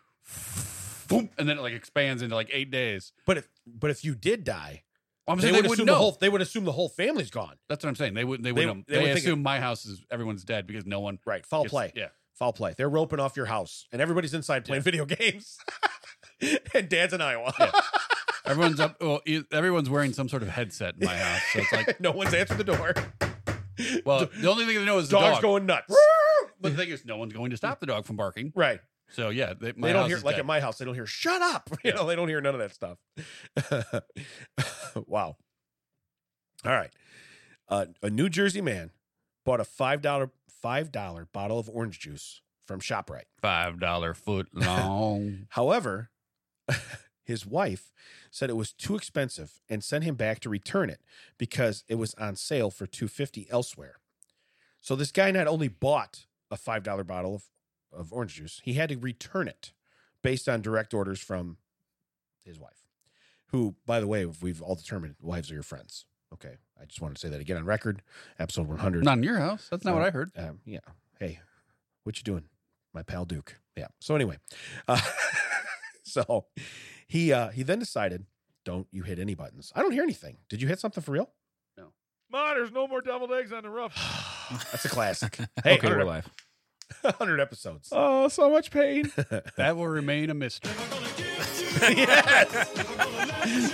Speaker 3: boom, and then it like expands into like eight days.
Speaker 2: But if but if you did die,
Speaker 3: I'm
Speaker 2: they
Speaker 3: saying
Speaker 2: would,
Speaker 3: they
Speaker 2: assume
Speaker 3: wouldn't
Speaker 2: the
Speaker 3: know.
Speaker 2: whole they would assume the whole family's gone.
Speaker 3: that's what I'm saying. They wouldn't. They
Speaker 2: They-
Speaker 3: wouldn't.
Speaker 2: they
Speaker 3: They,
Speaker 2: would think it-
Speaker 3: assume my house is everyone's dead because no one.
Speaker 2: Right. Foul
Speaker 3: gets-
Speaker 2: play.
Speaker 3: Yeah.
Speaker 2: Foul play. They're roping off your house and everybody's inside playing video *laughs* games. and dad's in Iowa.
Speaker 3: Everyone's up. Well, e- everyone's wearing some sort of headset in my house. So it's
Speaker 2: *laughs*
Speaker 3: like,
Speaker 2: no one's answered the door.
Speaker 3: well, the only thing they know is the
Speaker 2: Dog's
Speaker 3: dog.
Speaker 2: going nuts.
Speaker 3: but the thing is, no one's going to stop the dog from barking.
Speaker 2: right.
Speaker 3: So yeah, they, my
Speaker 2: they don't
Speaker 3: house
Speaker 2: hear
Speaker 3: is
Speaker 2: like
Speaker 3: dead.
Speaker 2: at my house, they don't hear shut up. *laughs* You
Speaker 3: Yeah.
Speaker 2: know, they don't hear none of that stuff. *laughs* wow. All right. Uh, a New Jersey man bought a five dollar five dollar bottle of orange juice from ShopRite.
Speaker 3: five
Speaker 2: *laughs*
Speaker 3: dollar foot long.
Speaker 2: However, *laughs* his wife said it was too expensive and sent him back to return it because it was on sale for 250 elsewhere. So this guy not only bought a $5 bottle of, of orange juice, he had to return it based on direct orders from his wife. Who, by the way, we've all determined wives are your friends. Okay. I just wanted to say that again on record, episode 100.
Speaker 3: Not in your house. That's not what I heard.
Speaker 2: Um, yeah. Hey, what you doing, my pal Duke? Yeah. So anyway, uh, *laughs* so he uh, he then decided, don't you hit any buttons. I don't hear anything. Did you hit something for real?
Speaker 4: Ma, there's no more deviled eggs on the *sighs*
Speaker 3: *sighs*
Speaker 4: roof.
Speaker 2: That's a classic. Hey,
Speaker 1: okay, we're
Speaker 2: 100,
Speaker 1: live.
Speaker 2: 100 episodes.
Speaker 4: Oh, so much
Speaker 2: *laughs*
Speaker 4: pain.
Speaker 3: That will remain a mystery.
Speaker 2: yes.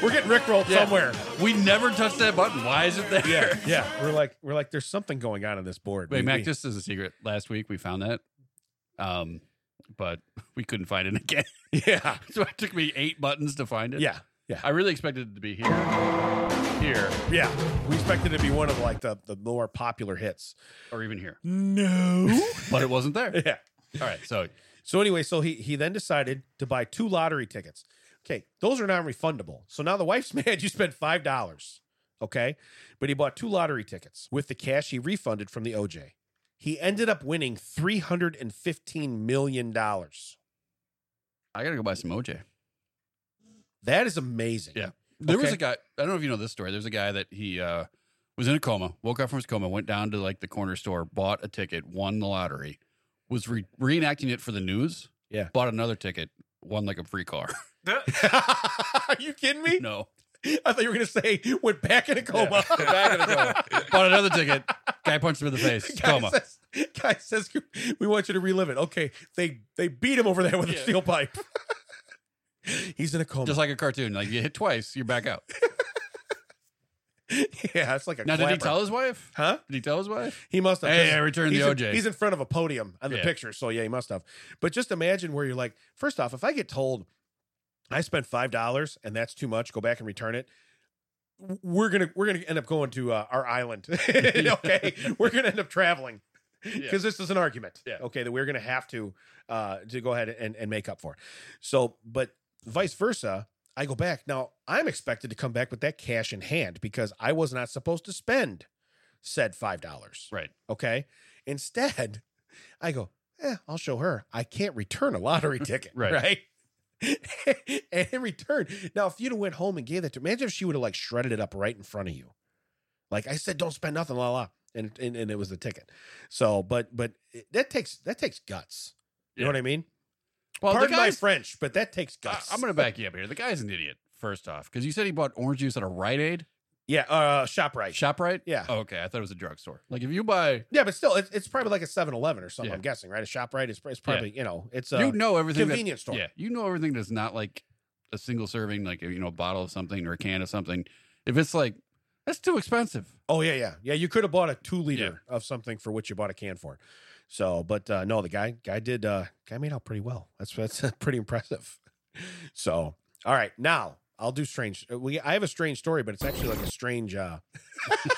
Speaker 2: We're getting rickrolled
Speaker 3: Yeah.
Speaker 2: somewhere.
Speaker 3: We never touched that button. Why is it there?
Speaker 2: Yeah. Yeah. We're like we're like there's something going on in this board.
Speaker 3: *laughs* Wait,
Speaker 2: We-
Speaker 3: Mac,
Speaker 2: we-
Speaker 3: this is a secret. Last week we found that. Um, but *laughs* we couldn't find it again.
Speaker 2: *laughs*
Speaker 3: *laughs*
Speaker 2: yeah.
Speaker 3: so it took me eight buttons to find it.
Speaker 2: Yeah. Yeah.
Speaker 3: I really expected it to be here, here,
Speaker 2: Yeah. We expected it to be one of like the, the more popular hits.
Speaker 3: or even here.
Speaker 2: No.
Speaker 3: But it wasn't *laughs* there.
Speaker 2: *laughs* yeah.
Speaker 3: All right. So
Speaker 2: So anyway, so he he then decided to buy two lottery tickets. Okay, those are non-refundable. So now the wife's *laughs* mad you spent five dollars. Okay. But he bought two lottery tickets with the cash he refunded from the OJ. He ended up winning three hundred and fifteen million dollars.
Speaker 3: I got to go buy some OJ.
Speaker 2: That is amazing.
Speaker 3: Yeah. There was
Speaker 2: Okay.
Speaker 3: a guy, I don't know if you know this story. There's a guy that he uh, was in a coma, woke up from his coma, went down to like the corner store, bought a ticket, won the lottery, was re- reenacting it for the news.
Speaker 2: Yeah.
Speaker 3: Bought another ticket, won like a free
Speaker 2: *laughs*
Speaker 3: car.
Speaker 2: *laughs*
Speaker 3: *laughs*
Speaker 2: Are you kidding me?
Speaker 3: no.
Speaker 2: I thought you were gonna say went back in a coma.
Speaker 3: Yeah. *laughs* Back
Speaker 2: *laughs*
Speaker 3: in a coma. Bought another ticket, guy punched him in the face,
Speaker 2: Guy
Speaker 3: coma.
Speaker 2: says, guy says, "We want you to relive it." Okay, they they beat him over there with a
Speaker 3: Yeah.
Speaker 2: steel pipe. *laughs* He's in a coma. *laughs*
Speaker 3: Just like a cartoon. Like you hit twice, you're back out.
Speaker 2: yeah, it's like a
Speaker 3: Now, did he
Speaker 2: clapper.
Speaker 3: tell his wife?
Speaker 2: Huh?
Speaker 3: Did he tell his wife?
Speaker 2: He must have.
Speaker 3: Hey,
Speaker 2: 'cause
Speaker 3: I returned the
Speaker 2: he's
Speaker 3: OJ.
Speaker 2: In, he's in front of a podium on the
Speaker 3: Yeah.
Speaker 2: picture, so yeah, he must have. But just imagine where you're like, first off, if I get told I spent five dollars and that's too much, go back and return it. w- We're gonna we're gonna end up going to uh, our
Speaker 3: *laughs*
Speaker 2: island. *laughs* okay, we're gonna end up traveling because this is an argument.
Speaker 3: Yeah.
Speaker 2: Okay, that we're gonna have to uh to go ahead and and make up for. So, but vice versa. I go back. Now, I'm expected to come back with that cash in hand because I was not supposed to spend said $5.
Speaker 3: Right.
Speaker 2: Okay. Instead, I go, eh, I'll show her. I can't return a
Speaker 3: *laughs*
Speaker 2: lottery ticket.
Speaker 3: Right.
Speaker 2: Right. *laughs* and in return, now if you'd have went home and gave that to imagine if she would have like shredded it up right in front of you. Like I said, don't spend nothing, la la. And, and and it was the ticket. So, but but it- that takes that takes guts. You know
Speaker 3: Yeah.
Speaker 2: what I mean?
Speaker 3: Well,
Speaker 2: Pardon
Speaker 3: the
Speaker 2: my
Speaker 3: guy's,
Speaker 2: French, but that takes
Speaker 3: I,
Speaker 2: guts.
Speaker 3: I'm going to back you up here. The guy's an idiot, first off, because you said he bought orange juice at a Rite Aid
Speaker 2: yeah, uh, shop right.
Speaker 3: shop, right?
Speaker 2: Yeah.
Speaker 3: Oh, okay, I thought it was a drugstore. Like if you buy,
Speaker 2: Yeah, but still, it's, it's probably like a 7 Eleven or something,
Speaker 3: Yeah.
Speaker 2: I'm guessing, right? A shop right is, is probably, you know, it's a
Speaker 3: you know everything. That,
Speaker 2: convenience store.
Speaker 3: yeah, you know everything that's not like a single serving, like you know, a bottle of something or a can of something. If it's like that's too expensive.
Speaker 2: Oh yeah, yeah, yeah. You could have bought a two liter of something for which you bought a can for. So, but uh, no, the guy guy did uh, guy made out pretty well. That's that's *laughs* pretty impressive. So, all right, now I'll do strange. uh, We I have a strange story, but it's actually like a strange. uh *laughs*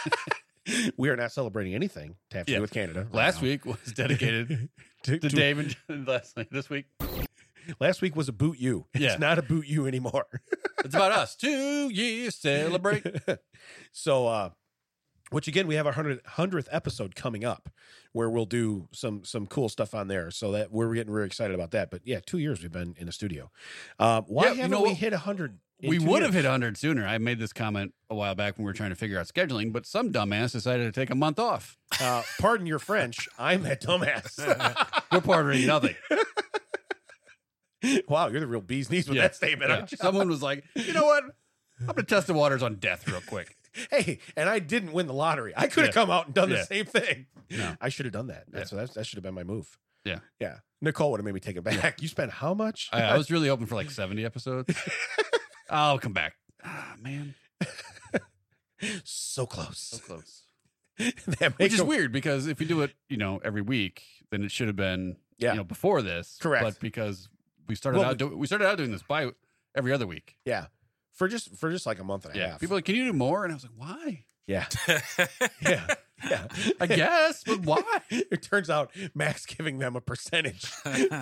Speaker 2: We are not celebrating anything to have to
Speaker 3: Yeah.
Speaker 2: do with Canada. right
Speaker 3: Last
Speaker 2: now.
Speaker 3: wejen was *laughs* dedicated
Speaker 2: *laughs* To-
Speaker 3: to
Speaker 2: to-
Speaker 3: David. *laughs* Last this week,
Speaker 2: last week was a boot you.
Speaker 3: Yeah.
Speaker 2: It's not a boot you anymore.
Speaker 3: it's about us. *laughs* Two years celebrate.
Speaker 2: *laughs* so uh which again we have our 100th, 100th episode coming up where we'll do some some cool stuff on there so that we're getting really excited about that but yeah two years we've been in the studio uh, why
Speaker 3: Yeah, you
Speaker 2: haven't
Speaker 3: know
Speaker 2: we
Speaker 3: what?
Speaker 2: hit 100 in
Speaker 3: *laughs* we
Speaker 2: two
Speaker 3: would have
Speaker 2: years?
Speaker 3: hit 100 sooner. I made this comment a while back when we were trying to figure out scheduling, but some dumbass decided to take a month off.
Speaker 2: uh, pardon your
Speaker 3: *laughs*
Speaker 2: french i'm that dumbass *laughs*
Speaker 3: We're pardoning nothing.
Speaker 2: wow you're the real bee's knees with
Speaker 3: Yeah,
Speaker 2: that statement aren't you?
Speaker 3: Someone was like, you know what? I'm going to test the waters on death real quick.
Speaker 2: hey and i didn't win the lottery i could have
Speaker 3: Yeah.
Speaker 2: come out and done
Speaker 3: Yeah.
Speaker 2: the same thing
Speaker 3: No.
Speaker 2: i should have done that that's, that's that should have been my move
Speaker 3: Yeah.
Speaker 2: yeah nicole would have made me take it back you spent how much
Speaker 3: I, *laughs* I was really hoping for like 70 *laughs* episodes. I'll come back. Ah, man.
Speaker 2: so close
Speaker 3: So close.
Speaker 2: *laughs* that
Speaker 3: Which
Speaker 2: makes
Speaker 3: is
Speaker 2: a-
Speaker 3: weird because if we do it, you know, every week, then it should have been,
Speaker 2: Yeah.
Speaker 3: you know, before this.
Speaker 2: Correct.
Speaker 3: But because we started
Speaker 2: Well,
Speaker 3: out, do- we started out doing this by every other week.
Speaker 2: Yeah. For just for just like a month and a
Speaker 3: Yeah.
Speaker 2: half.
Speaker 3: People are like, can you do more? And I was like, why? *laughs*
Speaker 2: yeah. *laughs*
Speaker 1: *laughs*
Speaker 2: Yeah. Yeah.
Speaker 3: I guess, but why?
Speaker 2: *laughs* It turns out Max giving them a
Speaker 3: *laughs*
Speaker 2: percentage.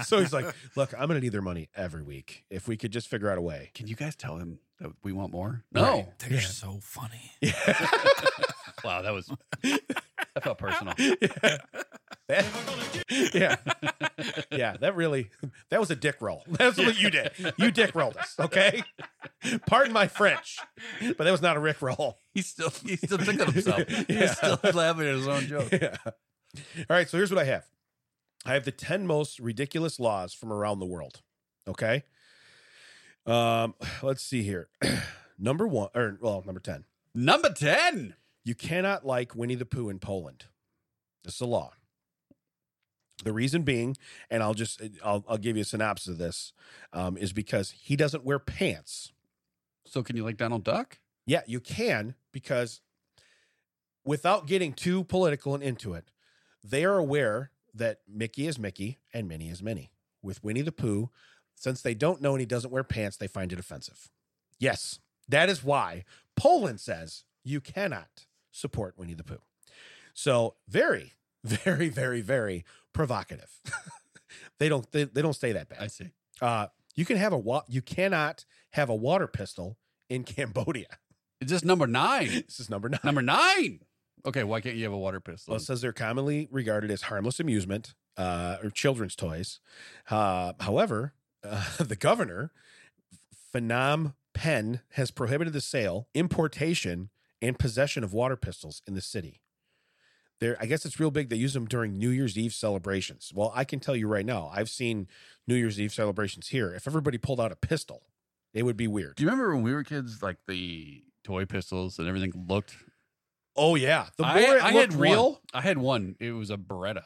Speaker 2: So he's like, look, I'm gonna need their money every week. If we could just figure out a way. *laughs*
Speaker 3: Can you guys tell him that we want more?
Speaker 2: Right.
Speaker 1: they're
Speaker 2: Yeah.
Speaker 1: so funny.
Speaker 2: *laughs* Yeah.
Speaker 3: *laughs* Wow, that *laughs* was that felt personal.
Speaker 2: That- yeah. Yeah. That really that was a dick roll. *laughs* That's what you did. You dick rolled us,
Speaker 3: *laughs*
Speaker 2: okay? Pardon my French, but that was not a Rick roll.
Speaker 3: He still he still tickled *laughs* himself.
Speaker 2: Yeah.
Speaker 3: He's still laughing at his own joke.
Speaker 2: *laughs* Yeah. All right. So here's what I have I have the 10 most ridiculous laws from around the world. Okay. Um, let's see here. *clears throat* number one, or well, number 10.
Speaker 3: Number ten.
Speaker 2: You cannot like Winnie the Pooh in Poland. This is a law. The reason being, and I'll just I'll, I'll give you a synopsis of this, um, is because he doesn't wear pants.
Speaker 3: So can you like Donald Duck?
Speaker 2: Yeah, you can because without getting too political and into it, they are aware that Mickey is Mickey and Minnie is Minnie. With Winnie the Pooh, since they don't know and he doesn't wear pants, they find it offensive. Yes, that is why Poland says you cannot support Winnie the Pooh. So very, *laughs* very, very, very provocative. *laughs* they don't they, they don't stay that bad.
Speaker 3: I see.
Speaker 2: Uh, you can have a wa- you cannot have a water pistol in Cambodia.
Speaker 3: It's just number nine.
Speaker 2: This is number nine.
Speaker 3: Number nine. Okay, why can't you have a water pistol?
Speaker 2: Well, it says they're commonly regarded as harmless amusement uh, or children's toys. Uh, however, uh, *laughs* the governor, Phnom Penh, has prohibited the sale, importation, and possession of water pistols in the city. There, I guess it's real big. They use them during New Year's Eve celebrations. Well, I can tell you right now, I've seen New Year's Eve celebrations here. If everybody pulled out a pistol, it would be weird.
Speaker 3: Do you remember when we were kids, like the toy pistols and everything looked?
Speaker 2: Oh yeah, the more
Speaker 3: I,
Speaker 2: it
Speaker 3: I
Speaker 2: looked
Speaker 3: had
Speaker 2: real,
Speaker 3: One. I had one. It was a Beretta.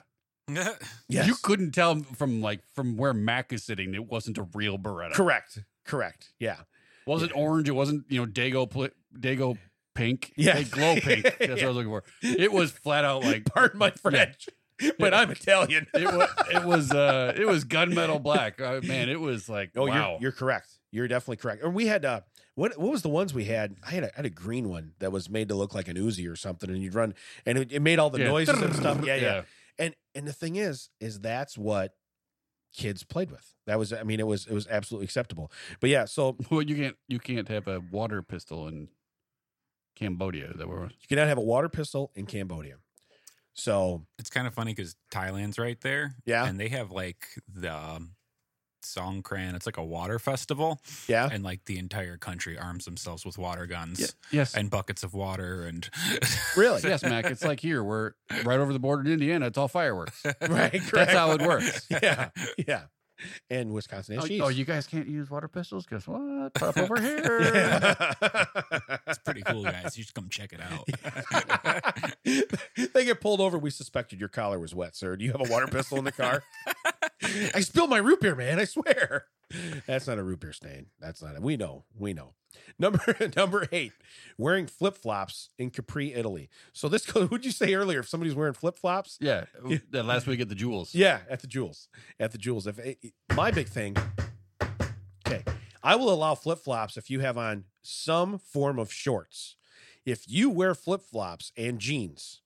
Speaker 2: yes,
Speaker 3: You couldn't tell from like from where Mac is sitting. It wasn't a real
Speaker 2: *laughs*
Speaker 3: Beretta.
Speaker 2: correct, correct, yeah.
Speaker 3: wasn't orange. It wasn't you know Dago pl- Dago pink.
Speaker 2: Yeah.
Speaker 3: They glow pink. That's what I
Speaker 2: *laughs*
Speaker 3: was looking for. It was flat out *laughs* like
Speaker 2: Pardon my French, but I'm Italian.
Speaker 3: it was *laughs* it was uh it was gunmetal black. Uh, man, it was like
Speaker 2: Oh,
Speaker 3: wow.
Speaker 2: you're, you're correct. You're definitely correct. And we had uh, what what was the ones we had? I had a, I had a green one that was made to look like an Uzi or something, and you'd run, and it, it made all the
Speaker 3: Yeah.
Speaker 2: noises and
Speaker 3: *laughs*
Speaker 2: stuff. Yeah, yeah, And and the thing is, is that's what kids played with. That was, I mean, it was it was absolutely acceptable. But yeah, so
Speaker 3: *laughs* Well, you can't you can't have a water pistol in Cambodia. That were
Speaker 2: you cannot have a water pistol in Cambodia. So
Speaker 1: It's kind of funny because Thailand's right there.
Speaker 2: Yeah.
Speaker 1: And they have like the um, Songkran. It's like a water festival. *laughs*
Speaker 2: yeah, *laughs*
Speaker 1: And like the entire country arms themselves with water guns
Speaker 3: yes.
Speaker 1: and buckets of water. And *laughs*
Speaker 2: really,
Speaker 3: yes, Mac. It's like here, we're right over the border in Indiana. It's
Speaker 2: *laughs*
Speaker 3: all fireworks.
Speaker 2: right, correct.
Speaker 3: That's how it works.
Speaker 2: *laughs* yeah, yeah. And Wisconsin and
Speaker 3: Oh,
Speaker 2: cheese.
Speaker 3: oh, you guys can't use water pistols? Guess
Speaker 2: *laughs*
Speaker 3: what? Pop over here.
Speaker 2: Yeah. *laughs*
Speaker 1: it's pretty cool, guys. You should come check it out.
Speaker 2: they get pulled over. We suspected your collar was wet, sir. Do you have a water pistol in the car? I spilled my root beer, man. I swear. That's not a root beer stain. That's not it. We know. We know. Number *laughs* number eight, wearing flip flops in Capri, Italy. So this goes. Who'd you say earlier? If somebody's wearing flip flops,
Speaker 3: Yeah. That last week at the jewels.
Speaker 2: yeah, at the jewels, at the jewels. If it, my big thing, okay, I will allow flip flops if you have on some form of shorts. If you wear flip flops and jeans,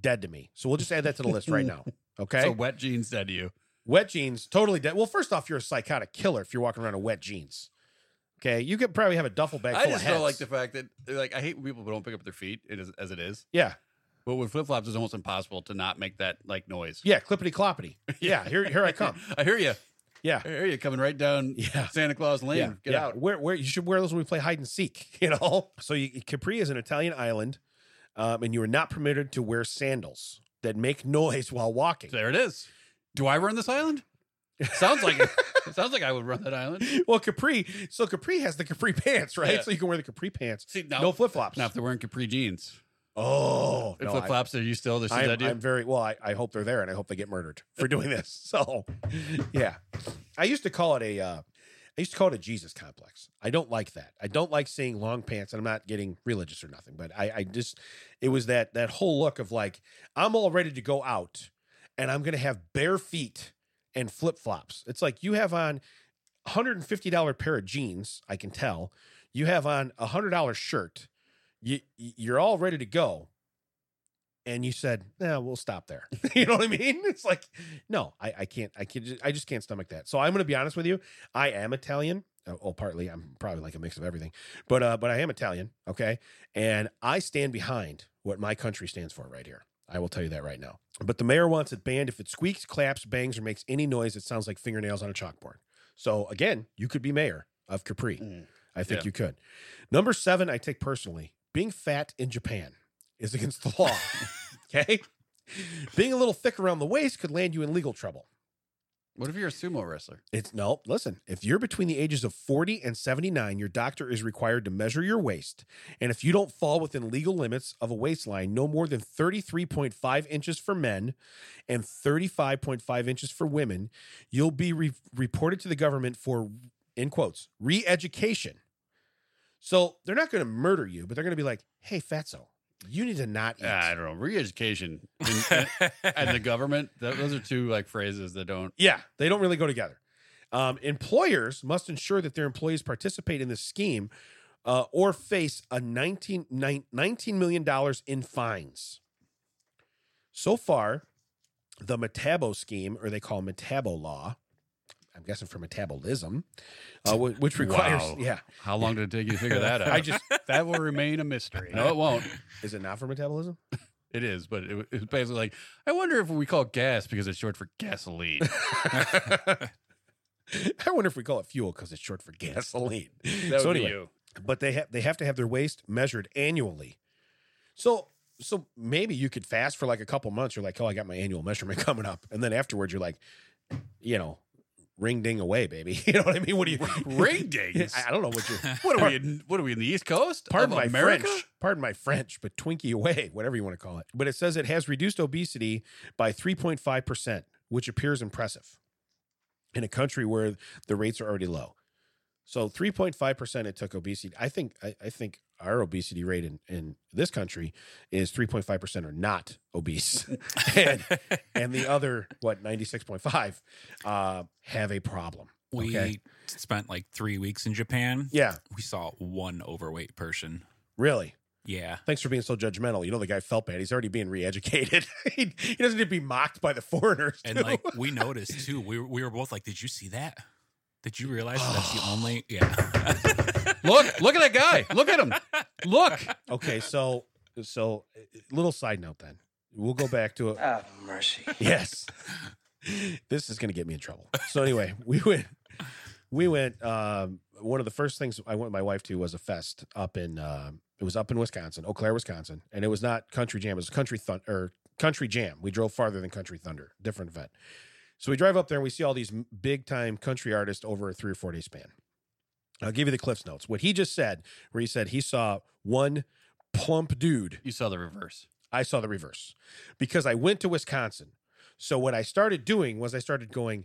Speaker 2: dead to me. So we'll just add that to the list right
Speaker 3: *laughs*
Speaker 2: now. Okay,
Speaker 3: So wet jeans said to you.
Speaker 2: wet jeans, totally dead. Well, first off, you're a psychotic killer if you're walking around in wet jeans. Okay, you could probably have a duffel bag.
Speaker 3: I
Speaker 2: Full
Speaker 3: just
Speaker 2: of hats.
Speaker 3: don't like the fact that like I hate when people don't pick up their feet it is, as it is.
Speaker 2: yeah,
Speaker 3: But with flip flops, it's almost impossible to not make that like noise.
Speaker 2: yeah, clippity
Speaker 3: *laughs*
Speaker 2: cloppity. Yeah, here, here I come. *laughs*
Speaker 3: I hear you.
Speaker 2: Yeah,
Speaker 3: I hear you coming right down
Speaker 2: yeah.
Speaker 3: Santa Claus Lane.
Speaker 2: Yeah,
Speaker 3: Get
Speaker 2: yeah.
Speaker 3: out.
Speaker 2: Where where you should wear those when we play hide and seek, *laughs* you know. So you, Capri is an Italian island, um, and you are not permitted to wear sandals that make noise *laughs* while walking.
Speaker 3: There it is. Do I run this island? Sounds like it. It *laughs* sounds like I would run that island.
Speaker 2: Well, Capri, so Capri has the Capri pants, right?
Speaker 3: Yeah.
Speaker 2: So you can wear the Capri pants,
Speaker 3: See
Speaker 2: no,
Speaker 3: now,
Speaker 2: flip flops.
Speaker 3: now if they're wearing capri jeans,
Speaker 2: Oh, no,
Speaker 3: flip
Speaker 2: I-
Speaker 3: flops, are you still? This is
Speaker 2: I'm,
Speaker 3: that dude.
Speaker 2: I'm very well. I, I hope they're there, and I hope they get murdered for doing this. *laughs* So, yeah, I used to call it a, uh, I used to call it a Jesus complex. I don't like that. I don't like seeing long pants, and I'm not getting religious or nothing, but I, I just, it was that that whole look of like I'm all ready to go out, and I'm gonna have bare feet and flip flops. It's like you have on a hundred and fifty dollar pair of jeans. I can tell you have on a hundred dollar shirt. You you're all ready to go, and you said, "Nah, we'll stop there." *laughs* you know what I mean? It's like, no, I, I can't, I can't, I just can't stomach that. So I'm going to be honest with you. I am Italian. Oh, well, partly I'm probably like a mix of everything, but uh, but I am Italian. Okay, and I stand behind what my country stands for right here. I will tell you that right now. But the mayor wants it banned if it squeaks, claps, bangs, or makes any noise that sounds like fingernails on a chalkboard. So again, you could be mayor of Capri.
Speaker 3: Mm.
Speaker 2: I think
Speaker 3: Yeah.
Speaker 2: you could. Number seven, I take personally. Being fat in Japan is against the
Speaker 3: *laughs*
Speaker 2: law. okay. *laughs* Being a little thick around the waist could land you in legal trouble.
Speaker 3: What if you're a sumo *laughs* wrestler?
Speaker 2: It's no, listen, if you're between the ages of 40 and 79, your doctor is required to measure your waist. And if you don't fall within legal limits of a waistline, no more than 33.5 inches for men and 35.5 inches for women, you'll be re- reported to the government for, in quotes, re education. So they're not going to murder you, but they're going to be like, hey, fatso, you need to not eat.
Speaker 3: Ah, I don't know. *laughs* Re-education and, and the government. That, those are two like phrases that don't.
Speaker 2: Yeah, they don't really go together. Um, employers must ensure that their employees participate in this scheme uh, or face a 19, nine- $19 million in fines. So far, the Metabo scheme, or they call Metabo law, I'm guessing for metabolism, uh,
Speaker 3: *laughs*
Speaker 2: wh- which requires,
Speaker 3: Wow.
Speaker 2: yeah,
Speaker 3: How long did it take you to figure that out?
Speaker 2: I just,
Speaker 3: that will remain a mystery. No, it won't.
Speaker 2: is it not for metabolism? *laughs*
Speaker 3: It is, but it, it's basically like I wonder if we call it gas because it's short for
Speaker 2: *laughs*
Speaker 3: gasoline.
Speaker 2: I wonder if we call it fuel because it's short for gasoline.
Speaker 3: That
Speaker 2: So
Speaker 3: would
Speaker 2: anyway,
Speaker 3: be you.
Speaker 2: but they have they have to have their waist measured annually. So so maybe you could fast for like a couple months. You're like, oh, I got my annual measurement *laughs* coming up, and then afterwards you're like, you know, ring ding away, baby. *laughs* You know what I mean? What do you *laughs*
Speaker 3: Ring dings.
Speaker 2: I I don't know what you're.
Speaker 3: What are we? In, what are we in the East Coast?
Speaker 2: Pardon
Speaker 3: of
Speaker 2: my
Speaker 3: America?
Speaker 2: French. Pardon my French, but Twinkie away, *laughs* whatever you want to call it. But it says it has reduced obesity by 3.5 percent, which appears impressive in a country where the rates are already low. So 3.5 percent it took obesity. I think I, I think our obesity rate in, in this country is 3.5% are not obese *laughs* and, and the other what 96.5 uh, have a problem
Speaker 1: we
Speaker 2: Okay.
Speaker 1: spent like three weeks in Japan.
Speaker 2: yeah
Speaker 1: We saw one overweight person.
Speaker 2: really *laughs*
Speaker 1: Yeah.
Speaker 2: thanks for being so judgmental you know the guy felt bad he's already being re-educated *laughs* he, he doesn't need to be mocked by the foreigners
Speaker 1: And
Speaker 2: too.
Speaker 1: like we noticed too, we were, we were both like, "Did you see that? Did you realize that
Speaker 2: *gasps*
Speaker 1: that's the only?" Yeah. *laughs*
Speaker 3: Look, look at that guy. Look at him. Look.
Speaker 2: *laughs* okay so so uh, little side note then we'll go back to it
Speaker 5: Have mercy.
Speaker 2: yes *laughs* this is going to get me in trouble so anyway we went we went um one of the first things i went with my wife to was a fest up in um it was up in wisconsin eau claire wisconsin and it was not country jam it was country thun- or country jam we drove farther than country thunder different event so we drive up there and we see all these big time country artists over a three or four day span i'll give you the cliffs notes what he just said where he said he saw one plump dude
Speaker 3: You saw the reverse.
Speaker 2: I saw the reverse because I went to Wisconsin. So what I started doing was I started going,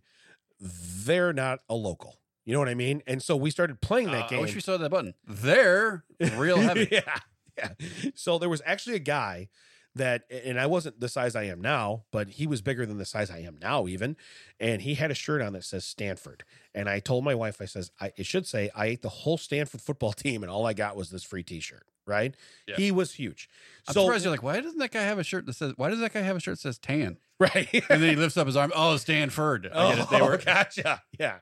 Speaker 2: they're not a local. You know what I mean? And so we started playing that
Speaker 3: Uh,
Speaker 2: game.
Speaker 3: I wish we saw that button. There, real heavy.
Speaker 2: *laughs* yeah, yeah. So there was actually a guy that, and I wasn't the size I am now, but he was bigger than the size I am now, even. And he had a shirt on that says Stanford. And I told my wife, I says, I, it should say, I ate the whole Stanford football *laughs* team, and all I got was this free T-shirt. Right?
Speaker 3: Yeah.
Speaker 2: He was huge.
Speaker 3: I'm
Speaker 2: so
Speaker 3: surprised you're like, why doesn't that guy have a shirt that says? Why does that guy have a shirt that says tan?
Speaker 2: *laughs* right.
Speaker 3: And then he lifts up his arm. Oh, Stanford. I get it. They
Speaker 2: Oh, *laughs*
Speaker 3: were.
Speaker 2: gotcha. Yeah.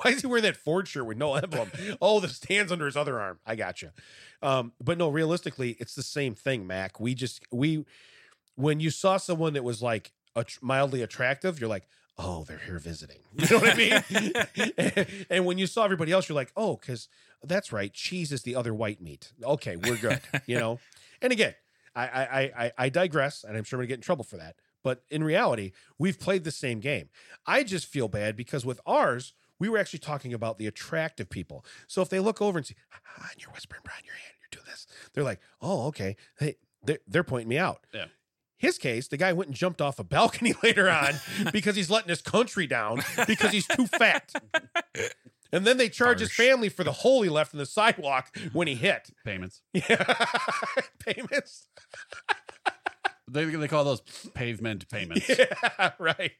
Speaker 2: Why is he wearing that Ford shirt with no
Speaker 3: *laughs*
Speaker 2: emblem? oh, the stands under his other arm. I gotcha. Um, but no, realistically, it's the same thing, Mac. We just we when you saw someone that was like att- mildly attractive, you're like, oh, they're here visiting. *laughs* You know what I mean?
Speaker 3: *laughs*
Speaker 2: and, when you saw everybody else, you're like, oh, because that's right, cheese is the other white meat. Okay, we're good. you
Speaker 3: *laughs*
Speaker 2: know. And again, I I I- I, I digress, and I'm sure I'm gonna get in trouble for that. But in reality, we've played the same game. I just feel bad because with ours, we were actually talking about the attractive people. So if they look over and see, ah, and you're whispering behind your hand, you're doing this, they're like, oh, okay. Hey, they're, they're pointing me out.
Speaker 3: Yeah.
Speaker 2: His case, the guy went and jumped off a balcony *laughs* later on because he's letting his country down because he's too fat. And then they charge his
Speaker 1: Harsh.
Speaker 2: family for the hole he left in the sidewalk when he hit. *laughs*
Speaker 3: Payments.
Speaker 2: Yeah. Payments.
Speaker 3: They, they call those pavement payments.
Speaker 2: *laughs* Yeah, right.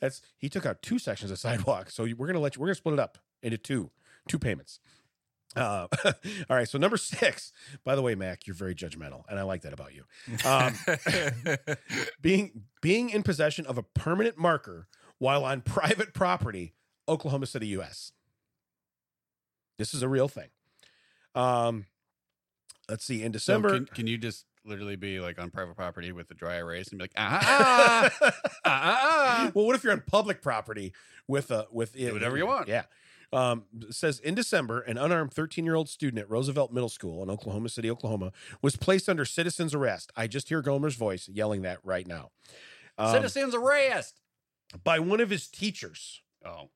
Speaker 2: That's he took out two sections of sidewalk, so we're gonna let you. We're gonna split it up into two, two payments. Uh, *laughs* all right. So number six. By the way, Mac, you're very judgmental, and I like that about you.
Speaker 3: *laughs*
Speaker 2: Um, being being in possession of a permanent marker while on private property, Oklahoma City, U.S. This is a real thing. Um, let's see. In
Speaker 3: So
Speaker 2: December,
Speaker 3: can, can you just literally be like on private property with the dry erase and be like, ah, ah, ah, ah, ah,
Speaker 2: *laughs* well, what if you're on public property with a with
Speaker 3: Do whatever you want.
Speaker 2: Yeah. Um, it says in December, an unarmed 13 year old student at Roosevelt Middle School in Oklahoma City, Oklahoma, was placed under citizen's arrest. I just hear Gomer's voice yelling that right now
Speaker 3: ah.
Speaker 2: Um,
Speaker 3: citizens arrest?
Speaker 2: by one of his teachers.
Speaker 3: Oh,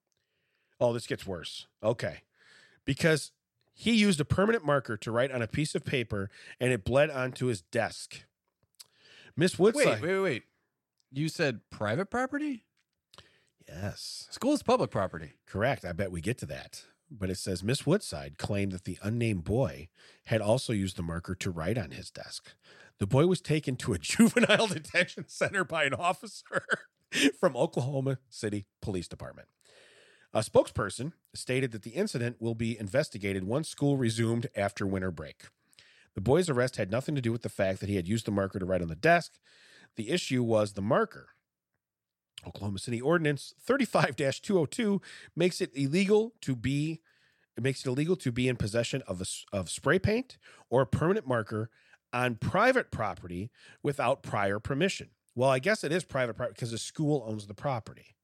Speaker 2: Oh, this gets worse. Okay, because he used a permanent marker to write on a piece of paper, and it bled onto his desk. Miss
Speaker 3: wait,
Speaker 2: Woodside.
Speaker 3: wait, wait, wait. You said private property?
Speaker 2: Yes.
Speaker 3: School is public property.
Speaker 2: Correct. I bet we get to that. But it says Miss Woodside claimed that the unnamed boy had also used the marker to write on his desk. The boy was taken to a *laughs* juvenile detention center by an officer *laughs* from Oklahoma City Police Department. A spokesperson stated that the incident will be investigated once school resumed after winter break. The boy's arrest had nothing to do with the fact that he had used the marker to write on the desk. The issue was the marker. Oklahoma City Ordinance 35 202 makes it illegal to be it makes it illegal to be in possession of a s of spray paint or a permanent marker on private property without prior permission. Well, I guess it is private property because the school owns the property.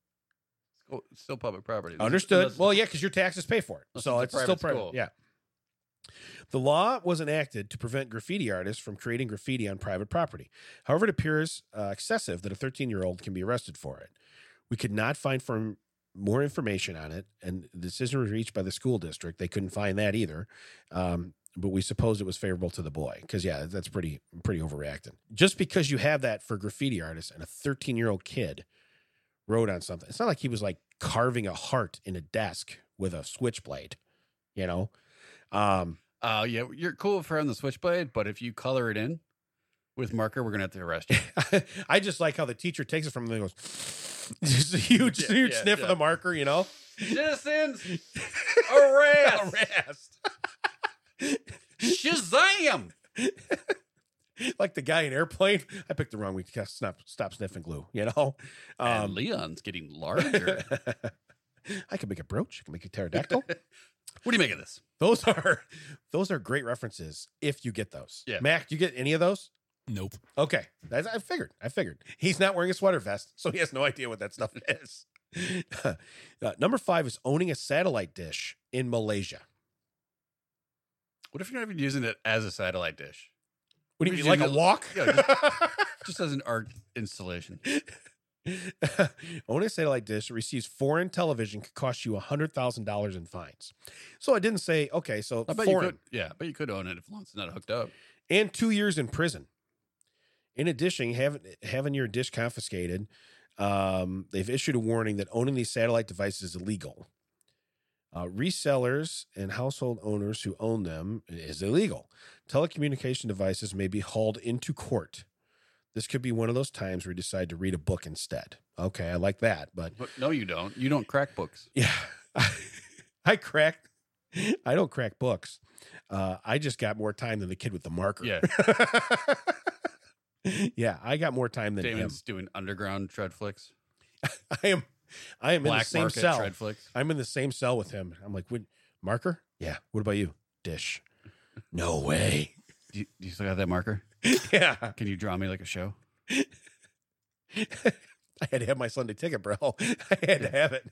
Speaker 3: School, it's still public property.
Speaker 2: Understood.
Speaker 3: Unless-
Speaker 2: well, yeah, because your taxes pay for it,
Speaker 3: Unless
Speaker 2: so it's,
Speaker 3: it's a
Speaker 2: still
Speaker 3: private
Speaker 2: private.
Speaker 3: school.
Speaker 2: Yeah. The law was enacted to prevent graffiti artists from creating graffiti on private property. However, it appears uh, excessive that a 13 year old can be arrested for it. We could not find from more information on it, and the decision was reached by the school district. They couldn't find that either, um, but we suppose it was favorable to the boy because yeah, that's pretty pretty overreacting. Just because you have that for graffiti artists and a 13 year old kid wrote on something, it's not like he was like carving a heart in a desk with a switchblade, you know. Um, *laughs*
Speaker 3: uh, yeah, you're cool for on the switchblade, but if you color it in with marker, we're gonna have to arrest you.
Speaker 2: I just like how the teacher takes it from him and goes, *laughs* just a huge,
Speaker 3: Yeah,
Speaker 2: huge
Speaker 3: yeah,
Speaker 2: sniff
Speaker 3: yeah.
Speaker 2: of the marker, you know?
Speaker 3: *laughs* Citizens, *laughs* arrest!
Speaker 2: Arrest.
Speaker 3: Shazam!
Speaker 2: like the guy in airplane. I picked the wrong week. to Stop, stop sniffing glue, you know?
Speaker 3: *laughs*
Speaker 2: Um,
Speaker 3: and Leon's getting
Speaker 2: *laughs*
Speaker 3: larger.
Speaker 2: I could make a brooch. I could make a
Speaker 3: *laughs*
Speaker 2: pterodactyl.
Speaker 3: what do you make of this?
Speaker 2: those are those are great references if you get those.
Speaker 3: Yeah.
Speaker 2: Mac, do you get any of those?
Speaker 1: Nope.
Speaker 2: Okay, that's, I figured. I figured he's not wearing a sweater vest, so he has no idea what that stuff *laughs* is. Uh, number five is owning a satellite dish in Malaysia.
Speaker 3: What if you're not even using it as a satellite dish?
Speaker 2: What do you
Speaker 3: He's
Speaker 2: mean, like a
Speaker 3: using a-
Speaker 2: walk?
Speaker 3: Just as an art installation.
Speaker 2: *laughs* Own a satellite dish that receives foreign television could cost you hundred thousand dollars in fines. So I didn't say okay. So
Speaker 3: I bet
Speaker 2: foreign
Speaker 3: you could. Yeah, I bet you could own it if Lon's not hooked up.
Speaker 2: and two years in prison. In addition, having having your dish confiscated, um, they've issued a warning that owning these satellite devices is illegal. Uh, resellers and household owners who own them is illegal. Telecommunication devices may be hauled into court. This could be one of those times where you decide to read a book instead. Okay, I like that, but *laughs*
Speaker 3: But no, you don't. You don't crack books.
Speaker 2: yeah. I crack. I don't crack books. Uh, I just got more time than the kid with the marker.
Speaker 3: Yeah.
Speaker 2: *laughs* yeah, I got more time than him.
Speaker 3: Damon's doing underground tread flicks,
Speaker 2: I am I am in the
Speaker 3: black
Speaker 2: same
Speaker 3: market
Speaker 2: cell.
Speaker 3: tread flicks.
Speaker 2: I'm in the same cell with him. I'm like, what marker? Yeah. What about you?
Speaker 3: *laughs*
Speaker 2: Dish. No way.
Speaker 3: Do you, do you still got that marker?
Speaker 2: yeah.
Speaker 3: Can you draw me like a show?
Speaker 2: I had to have my Sunday ticket, bro. I had to have it.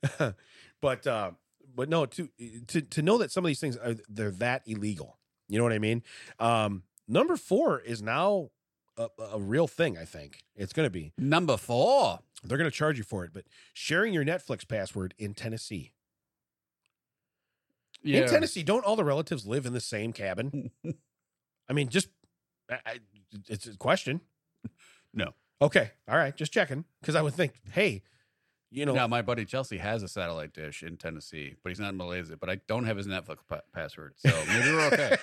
Speaker 2: *laughs* but uh, but no, to to to know that some of these things are they're that illegal. You know what I mean? Um, number four is now a, a real thing. I think it's going to be.
Speaker 3: Number four.
Speaker 2: They're going to charge you for it. But sharing your Netflix password in Tennessee.
Speaker 3: Yeah.
Speaker 2: In Tennessee, don't all the relatives live in the same
Speaker 3: *laughs*
Speaker 2: cabin? I mean, just I, I, it's a question.
Speaker 3: No.
Speaker 2: Okay. All right. Just checking because I would think, hey, you know,
Speaker 3: Now,
Speaker 2: *laughs*
Speaker 3: my buddy Chelsea has a satellite dish in Tennessee, but he's not in Malaysia. But I don't have his Netflix pa- password,
Speaker 2: *laughs*
Speaker 3: so maybe we're okay.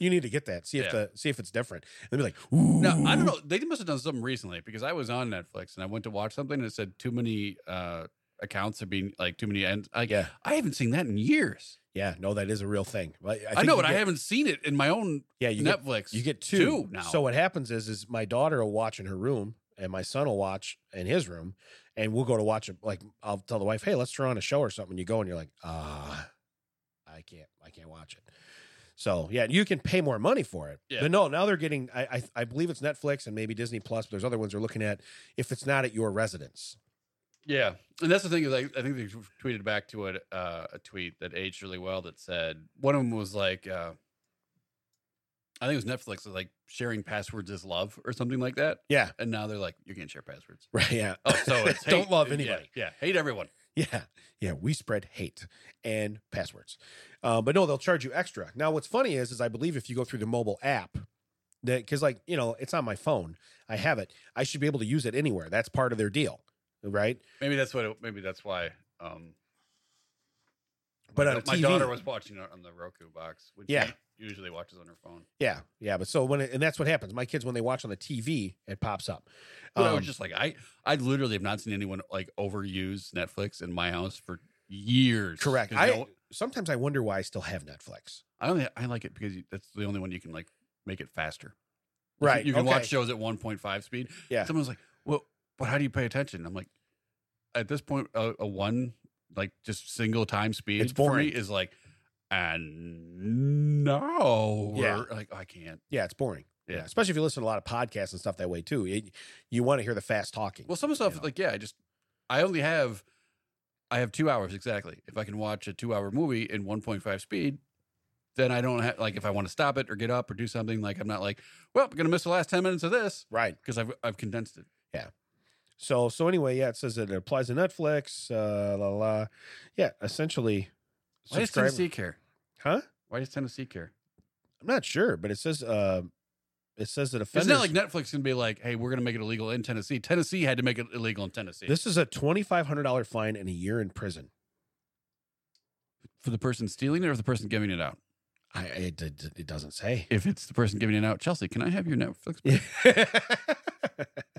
Speaker 2: you need to get that. See if
Speaker 3: Yeah.
Speaker 2: the see if it's different. They'd be like, ooh,
Speaker 3: No, I don't know. They must have done something recently because I was on Netflix and I went to watch something and it said too many uh, accounts are being like too many ends. Like,
Speaker 2: Yeah.
Speaker 3: I haven't seen that in years.
Speaker 2: Yeah, no, that is a real thing. I, I
Speaker 3: I,
Speaker 2: think you
Speaker 3: know, but I
Speaker 2: get-
Speaker 3: haven't seen it in my own
Speaker 2: Yeah, you get
Speaker 3: Netflix.
Speaker 2: you get two.
Speaker 3: now.
Speaker 2: So what happens is, is my daughter will watch in her room, and my son will watch in his room, and we'll go to watch it. Like I'll tell the wife, hey, let's throw on a show or something. And you go and you're like, ah, I can't, I can't watch it. So yeah, you can pay more money for it.
Speaker 3: Yeah.
Speaker 2: But no, now they're getting. I, I I believe it's Netflix and maybe Disney Plus. But there's other ones they're looking at. If it's not at your residence, *laughs*
Speaker 3: yeah, and that's the thing is I, I think they tw- tweeted back to a uh, a tweet that aged really well that said one of them was like. Uh, I think it was Netflix was like sharing passwords is love or something like that.
Speaker 2: yeah,
Speaker 3: And now they're like, you can't share passwords.
Speaker 2: right, yeah.
Speaker 3: Oh,
Speaker 2: *laughs*
Speaker 3: so it's
Speaker 2: don't
Speaker 3: hate-
Speaker 2: love
Speaker 3: yeah,
Speaker 2: anybody.
Speaker 3: Yeah, hate everyone.
Speaker 2: Yeah, yeah, we spread hate and passwords, uh, but no, they'll charge you extra. Now, what's funny is, is I believe if you go through the mobile app, that because like you know it's on my phone, I have it. I should be able to use it anywhere. That's part of their deal, right?
Speaker 3: Maybe that's what. It, maybe that's why. Um,
Speaker 2: But
Speaker 3: my,
Speaker 2: on
Speaker 3: da-
Speaker 2: a
Speaker 3: my
Speaker 2: TV.
Speaker 3: daughter was watching it on the Roku box, which
Speaker 2: Yeah.
Speaker 3: she usually watches on her phone.
Speaker 2: Yeah, yeah. But so when it, and that's what happens. My kids when they watch on the TV, it pops up.
Speaker 3: But I
Speaker 2: Um,
Speaker 3: was just like, I, I literally have not seen anyone like overuse Netflix in my house for years.
Speaker 2: correct.
Speaker 3: 'Cause
Speaker 2: I
Speaker 3: no-
Speaker 2: sometimes I wonder why I still have Netflix.
Speaker 3: I only, I like it because you- that's the only one you can like make it faster. You can-
Speaker 2: Right.
Speaker 3: you can
Speaker 2: okay.
Speaker 3: watch shows at one point five speed.
Speaker 2: Yeah.
Speaker 3: someone's like, well, but how do you pay attention? I'm like, at this point, a, a one like just single time speed
Speaker 2: It's
Speaker 3: for me
Speaker 2: boring.
Speaker 3: is like, and no,
Speaker 2: Yeah.
Speaker 3: Or, like I can't.
Speaker 2: Yeah, it's boring.
Speaker 3: Yeah.
Speaker 2: especially if you listen to a lot of podcasts and stuff that way too. It, you want to hear the fast talking.
Speaker 3: Well, some of the stuff
Speaker 2: know.
Speaker 3: like yeah, I just I only have I have two hours exactly. If I can watch a two hour movie in one point five speed, then I don't have like if I want to stop it or get up or do something like I'm not like well I'm gonna miss the last ten minutes of this
Speaker 2: right.
Speaker 3: because I've I've condensed it.
Speaker 2: So so anyway, yeah, it says that it applies to Netflix. Uh, la la, yeah. Essentially,
Speaker 3: Why does
Speaker 2: subscribe-
Speaker 3: Tennessee care?
Speaker 2: Huh?
Speaker 3: Why does Tennessee care?
Speaker 2: I'm not sure, but it says uh, it says that
Speaker 3: It's
Speaker 2: offenders.
Speaker 3: not like Netflix can be like, hey, we're gonna make it illegal in Tennessee. Tennessee had to make it illegal in Tennessee
Speaker 2: this is a twenty five hundred dollar fine and a year in prison
Speaker 3: for the person stealing it or for the person giving it out?
Speaker 2: I it it, it doesn't say.
Speaker 3: If it's the person giving it out, Chelsea, can I have your Netflix? *laughs*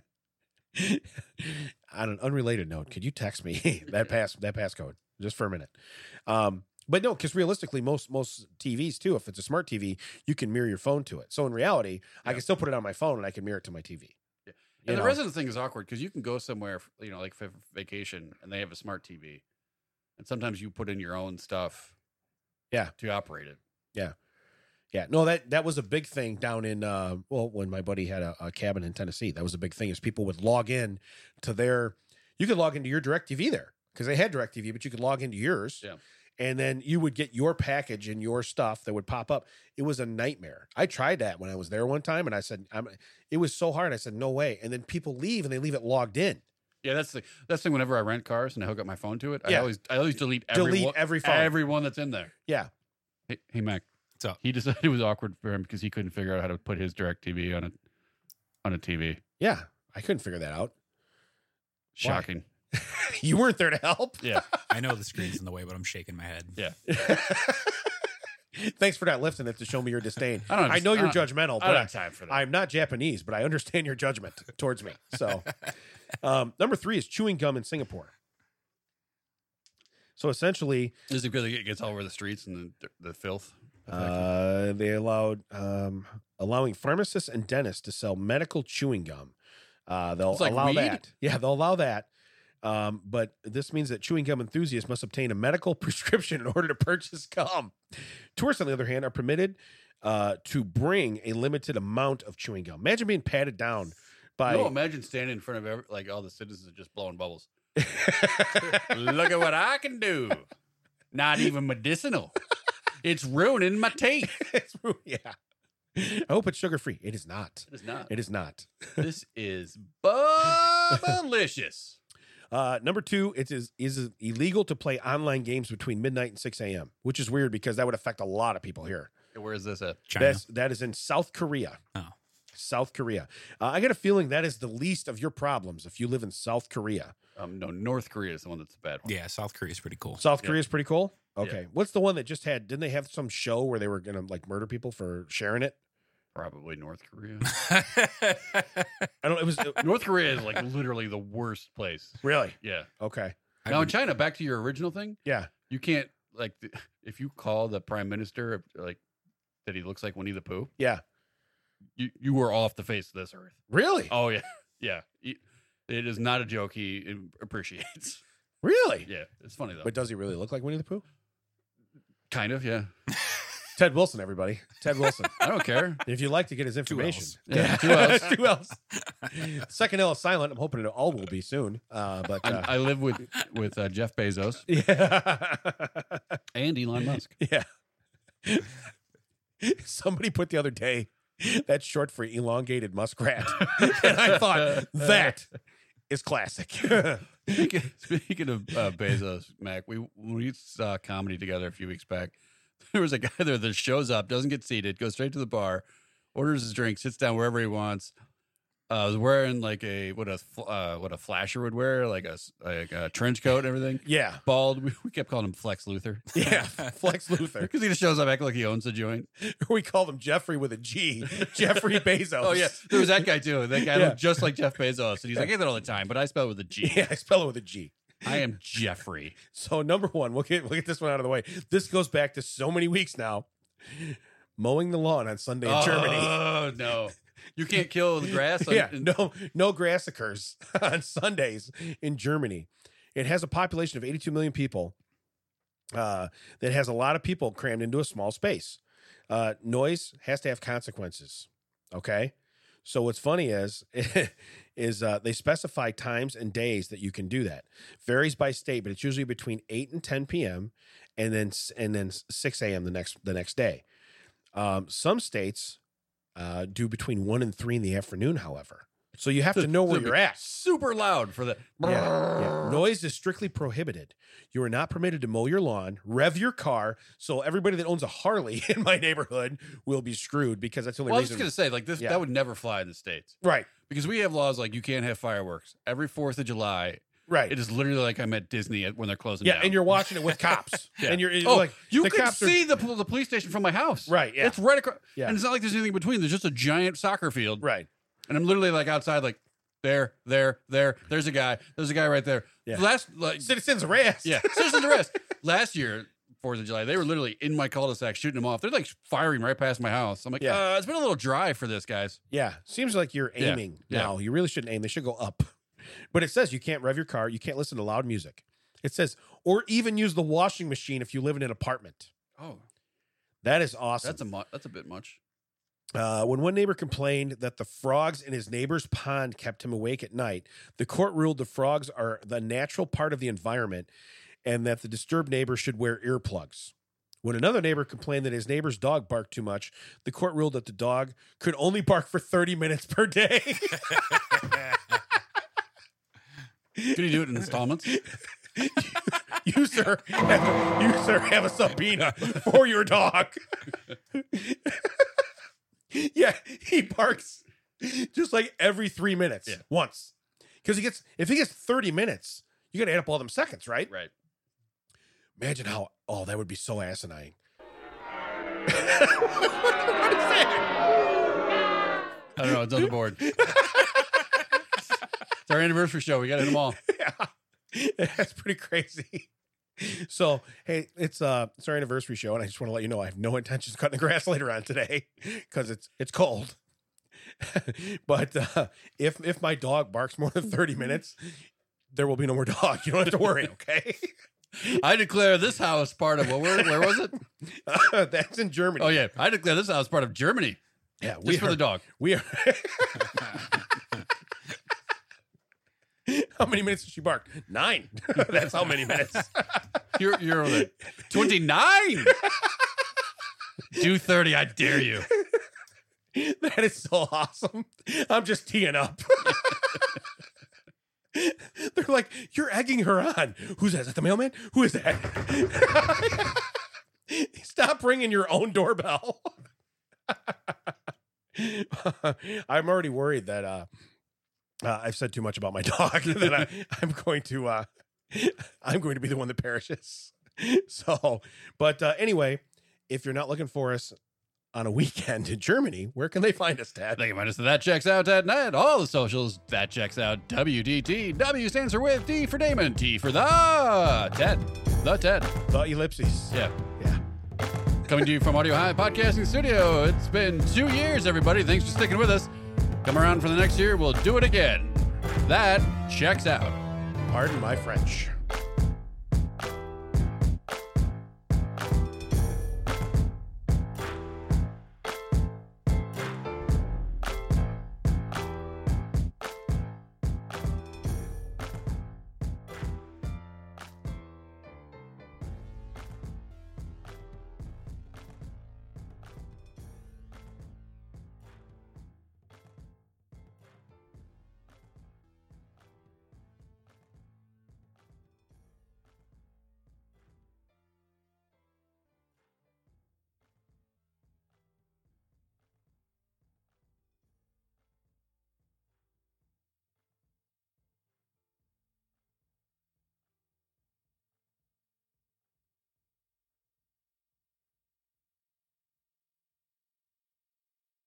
Speaker 2: On an unrelated note, could you text me *laughs* that pass that passcode just for a minute? Um, but no, because realistically, most most TVs too, if it's a smart TV, you can mirror your phone to it. So in reality, I
Speaker 3: Yeah.
Speaker 2: can still put it on my phone and I can mirror it to my TV.
Speaker 3: Yeah.
Speaker 2: You
Speaker 3: And the
Speaker 2: know?
Speaker 3: resident thing is awkward because you can go somewhere, f- you know, like for vacation, and they have a smart TV, and sometimes you put in your own stuff,
Speaker 2: Yeah.
Speaker 3: to operate it.
Speaker 2: Yeah, no that that was a big thing down in uh, well when my buddy had a, a cabin in Tennessee. That was a big thing is people would log in to their you could log into your DirecTV there because they had DirecTV, but you could log into yours.
Speaker 3: Yeah.
Speaker 2: And then you would get your package and your stuff that would pop up. It was a nightmare. I tried that when I was there one time, and I said, "I'm." It was so hard. I said, "No way." And then people leave, and they leave it logged in.
Speaker 3: Yeah, that's the that's the thing. Whenever I rent cars and I hook up my phone to it, I
Speaker 2: Yeah.
Speaker 3: always I always delete every
Speaker 2: Delete
Speaker 3: one,
Speaker 2: every phone.
Speaker 3: everyone that's in there.
Speaker 2: Yeah.
Speaker 3: Hey, hey Mac,
Speaker 1: What's up?
Speaker 3: he decided it was awkward for him because he couldn't figure out how to put his direct TV on a on a TV.
Speaker 2: Yeah, I couldn't figure that out. *laughs*
Speaker 3: Shocking.
Speaker 2: you weren't there to help.
Speaker 3: Yeah.
Speaker 1: I know the screen's in the way, but I'm shaking my head.
Speaker 3: Yeah.
Speaker 2: *laughs* Thanks for not lifting it to show me your disdain.
Speaker 3: *laughs* I don't.
Speaker 2: I know you're
Speaker 3: I don't-
Speaker 2: judgmental,
Speaker 3: uh, I don't
Speaker 2: but
Speaker 3: have time for that.
Speaker 2: I'm not Japanese, but I understand your judgment towards me.
Speaker 3: *laughs*
Speaker 2: So, um, number three is chewing gum in Singapore. So essentially,
Speaker 3: Is it because it gets all over the streets and the the filth?
Speaker 2: uh, they allowed um, allowing pharmacists and dentists to sell medical chewing gum. Uh, they'll
Speaker 3: It's like
Speaker 2: allow
Speaker 3: weed?
Speaker 2: that. Yeah, they'll allow that. Um, but this means that chewing gum enthusiasts must obtain a medical *laughs* prescription in order to purchase gum. Tourists, on the other hand, are permitted uh, to bring a limited amount of chewing gum. Imagine being patted down by
Speaker 3: no, imagine standing in front of every, like all the citizens are just blowing *laughs* bubbles. Look at what I can do. Not even medicinal. It's ruining my teeth.
Speaker 2: It's- *laughs* yeah. I hope it's sugar free. It is not.
Speaker 3: It's not.
Speaker 2: It is not.
Speaker 3: This is delicious.
Speaker 2: Uh, number two, it is is illegal to play online games between midnight and six a.m., which is weird because that would affect a lot of people here.
Speaker 3: Where is this at?
Speaker 1: China.
Speaker 2: That's, that is in South Korea.
Speaker 1: Oh.
Speaker 2: South Korea. Uh, I got a feeling that is the least of your problems if you live in South Korea.
Speaker 3: Um, no, North Korea is the one that's the bad one.
Speaker 1: yeah, South Korea's pretty cool. *laughs*
Speaker 2: South
Speaker 3: Yeah.
Speaker 2: Korea is pretty cool.
Speaker 3: Yeah.
Speaker 2: Okay, what's the one that just had? Didn't they have some show where they were gonna like murder people for sharing it?
Speaker 3: Probably North Korea.
Speaker 2: I don't. It was
Speaker 3: *laughs*
Speaker 2: it-
Speaker 3: North Korea is like literally the worst place.
Speaker 2: really
Speaker 3: Yeah.
Speaker 2: okay.
Speaker 1: I've
Speaker 3: now in
Speaker 1: been-
Speaker 3: China, back to your original thing,
Speaker 2: Yeah,
Speaker 3: you can't like th- if you call the prime minister like that he looks like Winnie the Pooh,
Speaker 2: yeah.
Speaker 3: you you were off the face of this earth.
Speaker 2: Really,
Speaker 3: Oh yeah, *laughs* yeah. He- It is not a joke. He appreciates.
Speaker 2: really.
Speaker 3: Yeah, it's funny though.
Speaker 2: But does he really look like Winnie the Pooh?
Speaker 3: kind of, yeah.
Speaker 2: Ted Wilson, everybody. Ted Wilson.
Speaker 3: I don't care.
Speaker 2: if you'd like to get his information,
Speaker 1: L's.
Speaker 3: Yeah, two L's. *laughs*
Speaker 2: It's two L's. Second L is silent. I'm hoping it all will be soon. Uh, but
Speaker 3: I,
Speaker 2: uh, *laughs*
Speaker 3: I live with with uh, Jeff Bezos
Speaker 2: yeah,
Speaker 3: and Elon Musk.
Speaker 2: *laughs* yeah. *laughs* Somebody put the other day that's short for elongated muskrat, *laughs* and I thought that is classic. *laughs*
Speaker 3: Speaking, speaking of uh, Bezos, Mac, we we saw comedy together a few weeks back. *laughs* There was a guy there that shows up, doesn't get seated, goes straight to the bar, orders his drink, sits down wherever he wants. Uh, was wearing like a what a fl- uh, what a flasher would wear, like a s- like a trench coat and everything.
Speaker 2: yeah,
Speaker 3: Bald. *laughs* We, we kept calling him Flex Luther
Speaker 1: *laughs*
Speaker 2: yeah. Flex
Speaker 3: *laughs*
Speaker 2: Luther.
Speaker 3: because he just shows up acting like he owns the joint.
Speaker 2: We call him Jeffrey with a G.
Speaker 3: *laughs*
Speaker 2: Jeffrey Bezos.
Speaker 3: Oh yeah, there was that guy too. That guy
Speaker 2: Yeah.
Speaker 3: looked just like Jeff Bezos, and he's like, "I get that all the time," but I spell it with a G. I
Speaker 2: *laughs* yeah. I spell it with a G.
Speaker 3: am Jeffrey.
Speaker 2: So number one, we'll get we'll get this one out of the way. This goes back to so many weeks now. Mowing the lawn on Sunday in *laughs* Germany.
Speaker 3: Oh no, you can't kill the grass.
Speaker 2: *laughs* Yeah,
Speaker 3: in-
Speaker 2: no no grass occurs *laughs* on Sundays in Germany. It has a population of 82 million people. Uh, that has a lot of people crammed into a small space. Uh, noise has to have consequences. Okay, so what's funny is *laughs* is uh, they specify times and days that you can do that. Varies by state, but it's usually between eight and 10 p.m. and then s- and then s- 6 a.m. the next the next day. Um, some states uh, do between one and three in the afternoon. However, so you have to know where
Speaker 3: So
Speaker 2: you're
Speaker 3: it'd be
Speaker 2: at.
Speaker 3: Super loud for the.
Speaker 2: Yeah, yeah. Noise is strictly prohibited. You are not permitted to mow your lawn, rev your car. So everybody that owns a Harley *laughs* in my neighborhood will be screwed because that's the only
Speaker 3: Well, I was
Speaker 2: reason.
Speaker 3: just gonna say like this.
Speaker 2: Yeah.
Speaker 3: That would never fly in the states
Speaker 2: right.
Speaker 3: because we have laws like you can't have fireworks every Fourth of July.
Speaker 2: right.
Speaker 3: It is literally like I'm at Disney at- when they're closing.
Speaker 2: yeah,
Speaker 3: down.
Speaker 2: and
Speaker 3: *laughs*
Speaker 2: you're watching it with cops,
Speaker 3: Yeah.
Speaker 2: and you're it's
Speaker 3: oh,
Speaker 2: like
Speaker 3: you
Speaker 2: the
Speaker 3: can
Speaker 2: cops are-
Speaker 3: see the pol- the police station from my house.
Speaker 2: Right, yeah.
Speaker 3: it's right across.
Speaker 2: Yeah.
Speaker 3: and it's not like there's anything between. There's just a giant soccer field,
Speaker 2: right.
Speaker 3: and I'm literally like outside, like there, there, there. There's a guy. There's a guy right there.
Speaker 2: Yeah.
Speaker 3: Last, like,
Speaker 2: Citizens arrest.
Speaker 3: yeah, citizen arrest. *laughs* Last year, Fourth of July, they were literally in my cul-de-sac shooting them off. They're like firing right past my house. I'm like,
Speaker 2: Yeah.
Speaker 3: uh, it's been a little dry for this, guys.
Speaker 2: Yeah. Seems like you're
Speaker 3: Yeah,
Speaker 2: aiming
Speaker 3: yeah.
Speaker 2: now. You really shouldn't aim. They should go up. But it says you can't rev your car. You can't listen to loud music. It says, or even use the washing machine if you live in an apartment.
Speaker 3: Oh,
Speaker 2: That is awesome.
Speaker 3: that's a mu- that's a bit much.
Speaker 2: Uh, when one neighbor complained that the frogs in his neighbor's pond kept him awake at night, the court ruled the frogs are the natural part of the environment and that the disturbed neighbor should wear earplugs. When another neighbor complained that his neighbor's dog barked too much, the court ruled that the dog could only bark for 30 minutes per day. *laughs*
Speaker 3: Could you do it in installments?
Speaker 2: you, sir, *laughs* have, you, sir, have a subpoena for your dog. *laughs* yeah, he barks just like every three minutes
Speaker 3: Yeah.
Speaker 2: once. Because he gets, if he gets 30 minutes, you got to add up all them seconds, *laughs* right?
Speaker 3: right.
Speaker 2: Imagine how, oh, that would be so asinine. *laughs* what is that?
Speaker 3: I don't know. It's on the
Speaker 2: *laughs*
Speaker 3: board. it's our anniversary show. We got to hit them all.
Speaker 2: *laughs* Yeah. That's pretty crazy. *laughs* So, hey, it's uh it's our anniversary show, and I just want to let you know I have no intentions of cutting the grass *laughs* later on today because it's it's cold. *laughs* but uh, if if my dog barks more than
Speaker 3: Mm-hmm.
Speaker 2: 30 minutes, there will be no more dog. You don't have to worry, okay? *laughs*
Speaker 3: I declare this house part of well, where, where was
Speaker 2: *laughs*
Speaker 3: it?
Speaker 2: that's in Germany.
Speaker 3: Oh yeah, I declare this house part of Germany.
Speaker 2: yeah
Speaker 3: Just for
Speaker 2: are-
Speaker 3: the dog.
Speaker 2: We
Speaker 3: *laughs*
Speaker 2: are. *laughs* how many minutes did she bark? Nine. *laughs* That's how many
Speaker 3: *laughs*
Speaker 2: minutes. *laughs*
Speaker 3: You're you're over there. Twenty nine. Do thirty, I dare you.
Speaker 2: that is so awesome. I'm just teeing up. *laughs* They're like, you're egging her on. Who's that? Is that the mailman? Who is that? *laughs* Stop ringing your own doorbell. *laughs* I'm already worried that uh, uh, I've said too much about my dog *laughs* that I, I'm going to uh, I'm going to be the one that perishes. *laughs* So, but uh, anyway, if you're not looking for us on a weekend in Germany, where can they find us, Dad?
Speaker 3: Thank you, minus the that checks out at net. All the socials that checks out. WDT. W stands for with D for Damon. T for the Ted. The Ted.
Speaker 2: The ellipses.
Speaker 3: Yeah.
Speaker 2: Yeah.
Speaker 3: Coming to you from Audio High Podcasting Studio. It's been two years, everybody. Thanks for sticking with us. Come around for the next year. We'll do it again. That checks out.
Speaker 2: Pardon my French.